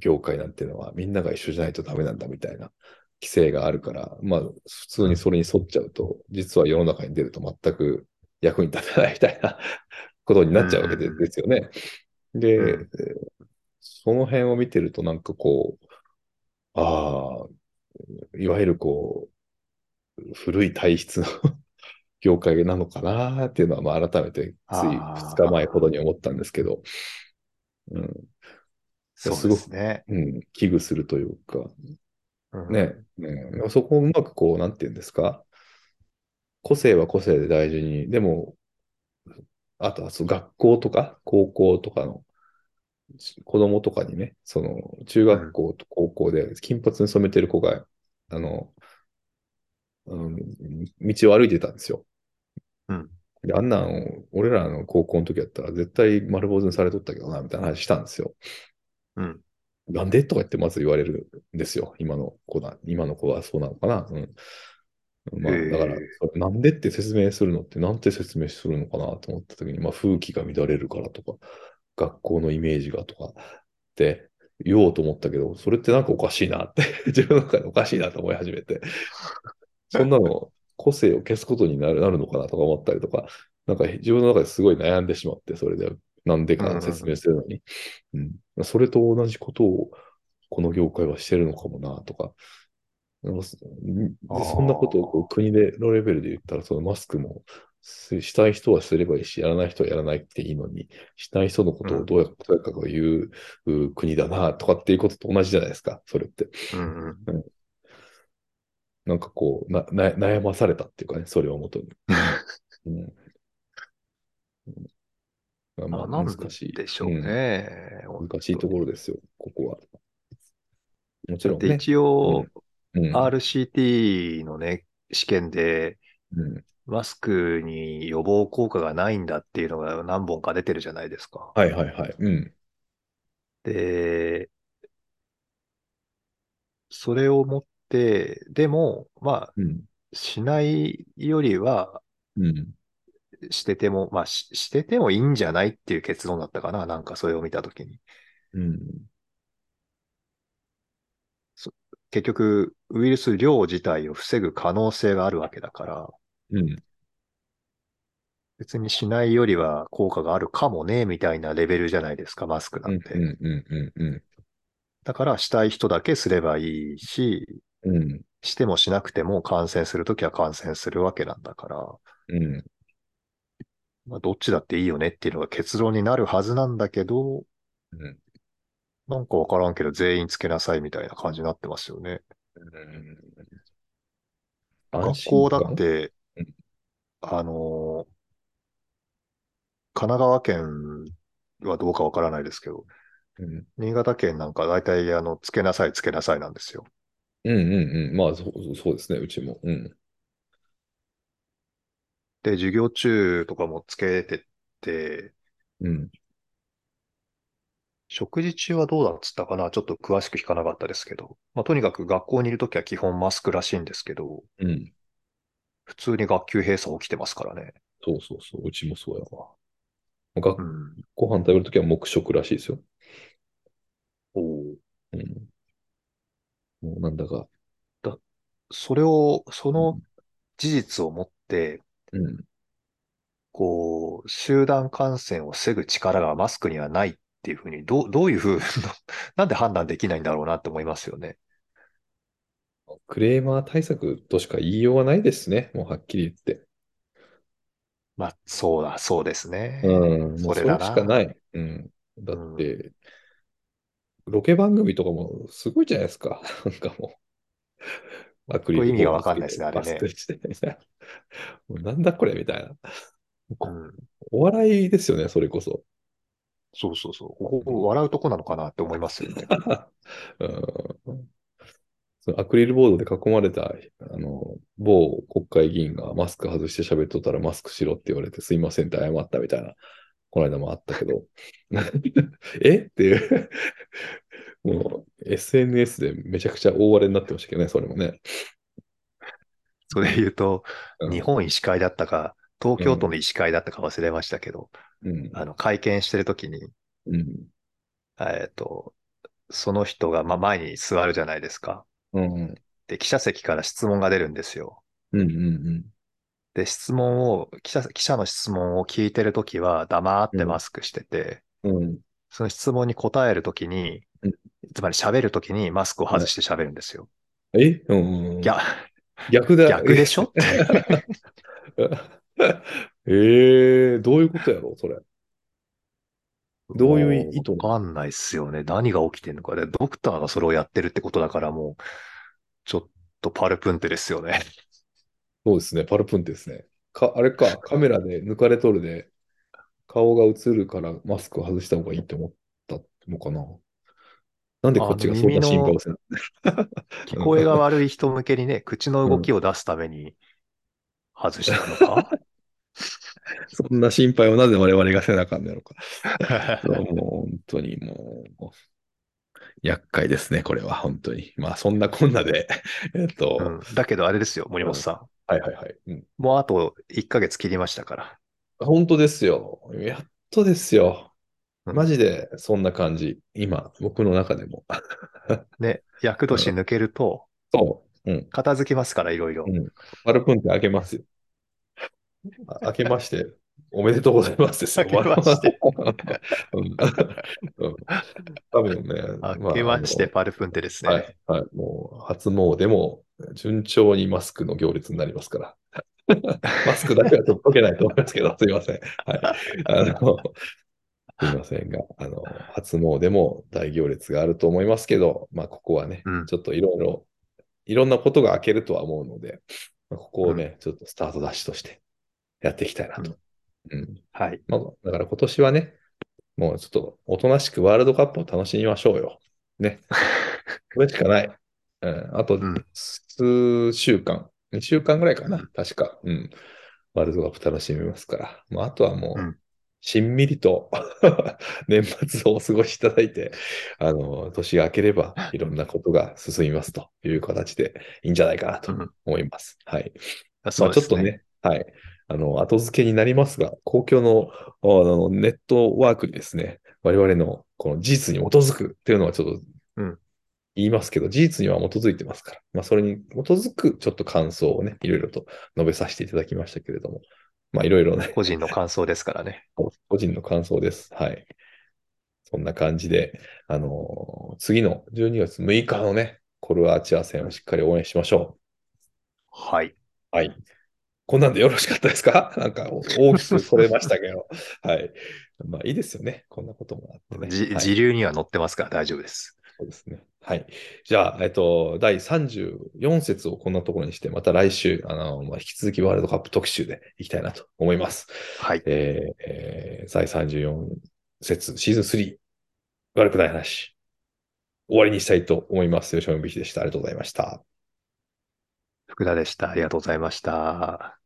S1: 業界なんていうのはみんなが一緒じゃないとダメなんだみたいな規制があるから、まあ普通にそれに沿っちゃうと、実は世の中に出ると全く役に立たないみたいな *laughs* ことになっちゃうわけで
S2: うん
S1: ですよね。で、
S2: うん
S1: その辺を見てるとなんかこう、ああ、いわゆるこう、古い体質の *laughs* 業界なのかなっていうのは、まあ改めてつい2日前ほどに思ったんですけど、うん、
S2: そう
S1: す
S2: で
S1: ごく
S2: すね。
S1: うん、危惧するというか、
S2: うん
S1: ね、うん、そこをうまくこう、なんていうんですか、個性は個性で大事に、でも、あとはその学校とか高校とかのし子供とかにね、その中学校と高校で金髪に染めてる子が、あの、うん、道を歩いてたんですよ。
S2: うん
S1: で、あんなん、俺らの高校の時やったら絶対丸坊主にされとったけどな、みたいな話したんですよ。
S2: うん。
S1: なんでとか言ってまず言われるんですよ。今の子だ。今の子はそうなのかな。うん。まあ、
S2: へえ
S1: だから、それなんでって説明するのって、なんて説明するのかなと思った時に、まあ、風紀が乱れるからとか、学校のイメージがとかって言おうと思ったけど、それってなんかおかしいなって、 *laughs* 自分の中でおかしいなと思い始めて、そんなの個性を消すことになるなるのかなとか思ったりとか、なんか自分の中ですごい悩んでしまって、それで、なんでか説明するのに。うん、それと同じことをこの業界はしてるのかもなとか、なんかそんで
S2: あー
S1: そんなことをこう国でのレベルで言ったら、そのマスクもすしたい人はすればいいし、やらない人はやらないっていいのに、したい人のことをどうやどうやか言うう国だなとかっていうことと同じじゃないですか、それって。
S2: うんうん。
S1: なんかこう、なな悩まされたっていうかね、それをもとに。うんうんまあ、
S2: まあ、
S1: 難
S2: なん
S1: しい
S2: でしょう
S1: うん
S2: ね。
S1: 難しいところですよ、ここは。もちろん
S2: で、
S1: ね。
S2: 一応、
S1: うん
S2: RCT のね、試験で、
S1: うん
S2: マスクに予防効果がないんだっていうのが何本か出てるじゃないですか。
S1: はいはいはい。うん。
S2: で、それを持って、でも、まあ、
S1: うん。
S2: しないよりは、
S1: うん。
S2: してても、まあし、しててもいいんじゃないっていう結論だったかな。なんかそれを見たときに。
S1: うん。
S2: 結局、ウイルス量自体を防ぐ可能性があるわけだから、
S1: うん。
S2: 別にしないよりは効果があるかもね、みたいなレベルじゃないですか、マスクな
S1: うんん。
S2: て。
S1: うん。うん。
S2: だから、したい人だけすればいいし、
S1: うん。
S2: してもしなくても感染するときは感染するわけなんだから、
S1: うん。
S2: まあ、どっちだっていいよねっていうのが結論になるはずなんだけど、
S1: うん。
S2: なんかわからんけど全員つけなさいみたいな感じになってますよね。学校だっ。て
S1: うん、
S2: あのー、神奈川県はどうかわからないですけど、
S1: うん。
S2: 新潟県なんか大体あの、つけなさい、つけなさいなんですよ。
S1: うん。うん。うん。まあ、そうそうですね、うちも。うん。
S2: で、授業中とかもつけてって、
S1: うん。
S2: 食事中はどうだっつったかなちょっと詳しく聞かなかったですけど。まあ、とにかく学校にいるときは基本マスクらしいんですけど、
S1: うん。
S2: 普通に学級閉鎖起きてますからね。
S1: そうそうそう、うちもそうやわ。学
S2: う
S1: 校
S2: ん。
S1: ご飯食べるときは黙食らしいですよ。
S2: お
S1: うん。もうなんだか。
S2: それを、その事実をもって、
S1: うん。
S2: こう、集団感染を防ぐ力がマスクにはないっていうふうに、どう、どういうふう *laughs* のなんで判断できないんだろうなって思いますよね。
S1: クレーマー対策としか言いようがないですね、もうはっきり言って。
S2: まあ、そうだ、そうですね。
S1: うん、もうそ
S2: それだ
S1: れ
S2: な
S1: しかない。うん、だって、ロケ番組とかもすごいじゃないですか。 *laughs* なんかもう。アクリル
S2: これ意味が
S1: ボード
S2: わかんないですねあれね
S1: つけてバス停して *laughs* もうなんだこれみたいな。
S2: うん
S1: お笑いですよね、それこそ。
S2: そうそうそう。ここ笑うとこなのかなって思いますよね。
S1: *laughs* うんそのアクリルボードで囲まれたあの某国会議員がマスク外して喋っとったらマスクしろって言われてすいませんって謝ったみたいな、この間もあったけど、 *laughs* えっていう、 *laughs* もう SNS でめちゃくちゃ大荒れになってましたけどね、それもね。
S2: それ言うと、
S1: うん
S2: 日本医師会だったか、東京都の医師会だったか忘れましたけど、
S1: うん。
S2: あの、会見してるときに、
S1: うん。
S2: えっと、その人が、まあ、前に座るじゃないですか。
S1: うん。
S2: で、記者席から質問が出るんですよ。
S1: うん。うん。
S2: で、質問を、記者、記者の質問を聞いてるときは黙ってマスクしてて、
S1: うん。
S2: その質問に答えるときに
S1: うん、
S2: つまり喋るときにマスクを外して喋るんですよ。
S1: えうん。
S2: いや、
S1: 逆だ。
S2: 逆でしょって。
S1: *laughs* えー、どういうことやろ、それ。どういう意図
S2: もわかんないっすよね。何が起きてんのか。で、ドクターがそれをやってるってことだからもう、ちょっとパルプンテです
S1: *laughs*
S2: よね。
S1: そうですね、パルプンテですね。か、あれか、
S2: *laughs*
S1: カメラで抜かれとるで、顔が映るからマスクを外した方がいいって思ったのかな。なんでこっちがそんな進化をせな
S2: 聞こえが悪い人向けにね、口の動きを出すために外したのか、
S1: そんな心配をなぜ我々がせなあかんのやろか。もう本当にもう、厄介ですね、これは本当に。まあそんなこんなで、 *laughs* えっと、
S2: *laughs* うんだけどあれですよ、森本さん。
S1: はいはいはい、うん。
S2: もうあと1ヶ月切りましたから。
S1: 本当ですよ。やっとですよ。
S2: うん
S1: マジでそんな感じ。今、僕の中でも。 *laughs*
S2: ね、厄年抜けると、
S1: そう。うん。
S2: 片付きますから、いろいろ
S1: う。んワルプンって開けます
S2: *laughs*
S1: よ。あ開けまして、おめでとうございますですよ。
S2: 明けまして。
S1: *laughs* うんうん多分ね。
S2: 明けまして、パルプンテです
S1: まああの
S2: ね。
S1: はい、はい。もう、初詣も順調にマスクの行列になりますから。 *laughs* マスクだけは取っとけないと思いますけど、すいません。はい。あの、すいませんが、あの、初詣も大行列があると思いますけど、まあ、ここはね、
S2: うん
S1: ちょっといろいろ、いろんなことが開けるとは思うので、まあここをね、ちょっとスタートダッシュとしてやっていきたいなと。うん。 *laughs*
S2: はい。
S1: まあ、だから今年はね、もうちょっとおとなしくワールドカップを楽しみましょうよ。ね。これしかない。うん、あと
S2: うん
S1: 数週間、2週間ぐらいか
S2: う
S1: な、確か。うん。ワールドカップ楽しみますから。まあ、あとはもう、
S2: うん
S1: しんみりと *laughs* 年末をお過ごしいただいて、あの、年が明ければいろんなことが進みますという形でいいんじゃないかなと
S2: うん
S1: 思います。はい。
S2: そうです
S1: まあちょっと。ね、はい。あの、後付けになりますが、公共のあのネットワークにですね、我々のこの事実に基づくというのはちょっと、
S2: うん
S1: 言いますけど、事実には基づいてますから、まあ、それに基づくちょっと感想をね、いろいろと述べさせていただきましたけれども、まあ、いろいろ
S2: *laughs*
S1: ね、
S2: 個人の感想ですからね。
S1: 個人の感想です。はい。そんな感じで、あの次の12月6日のね、コルアーチア戦をしっかり応援しましょう。
S2: はい。
S1: はい。こんなんでよろしかったですか *laughs* なんかお大きくそれましたけ
S2: *laughs*
S1: ど。はい。まあいいですよね。こんなこともあってね。
S2: じ
S1: はい
S2: 自流には乗ってますから大丈夫です。
S1: そうですね。はい。じゃあ、えっと、第34節をこんなところにして、また来週、あの、まあ、引き続きワールドカップ特集でいきたいなと思います。
S2: はい。
S1: えーえー、第34節、シーズン3、悪くない話、終わりにしたいと思います。吉本美希でした。ありがとうございました。
S2: 福田でした。ありがとうございました。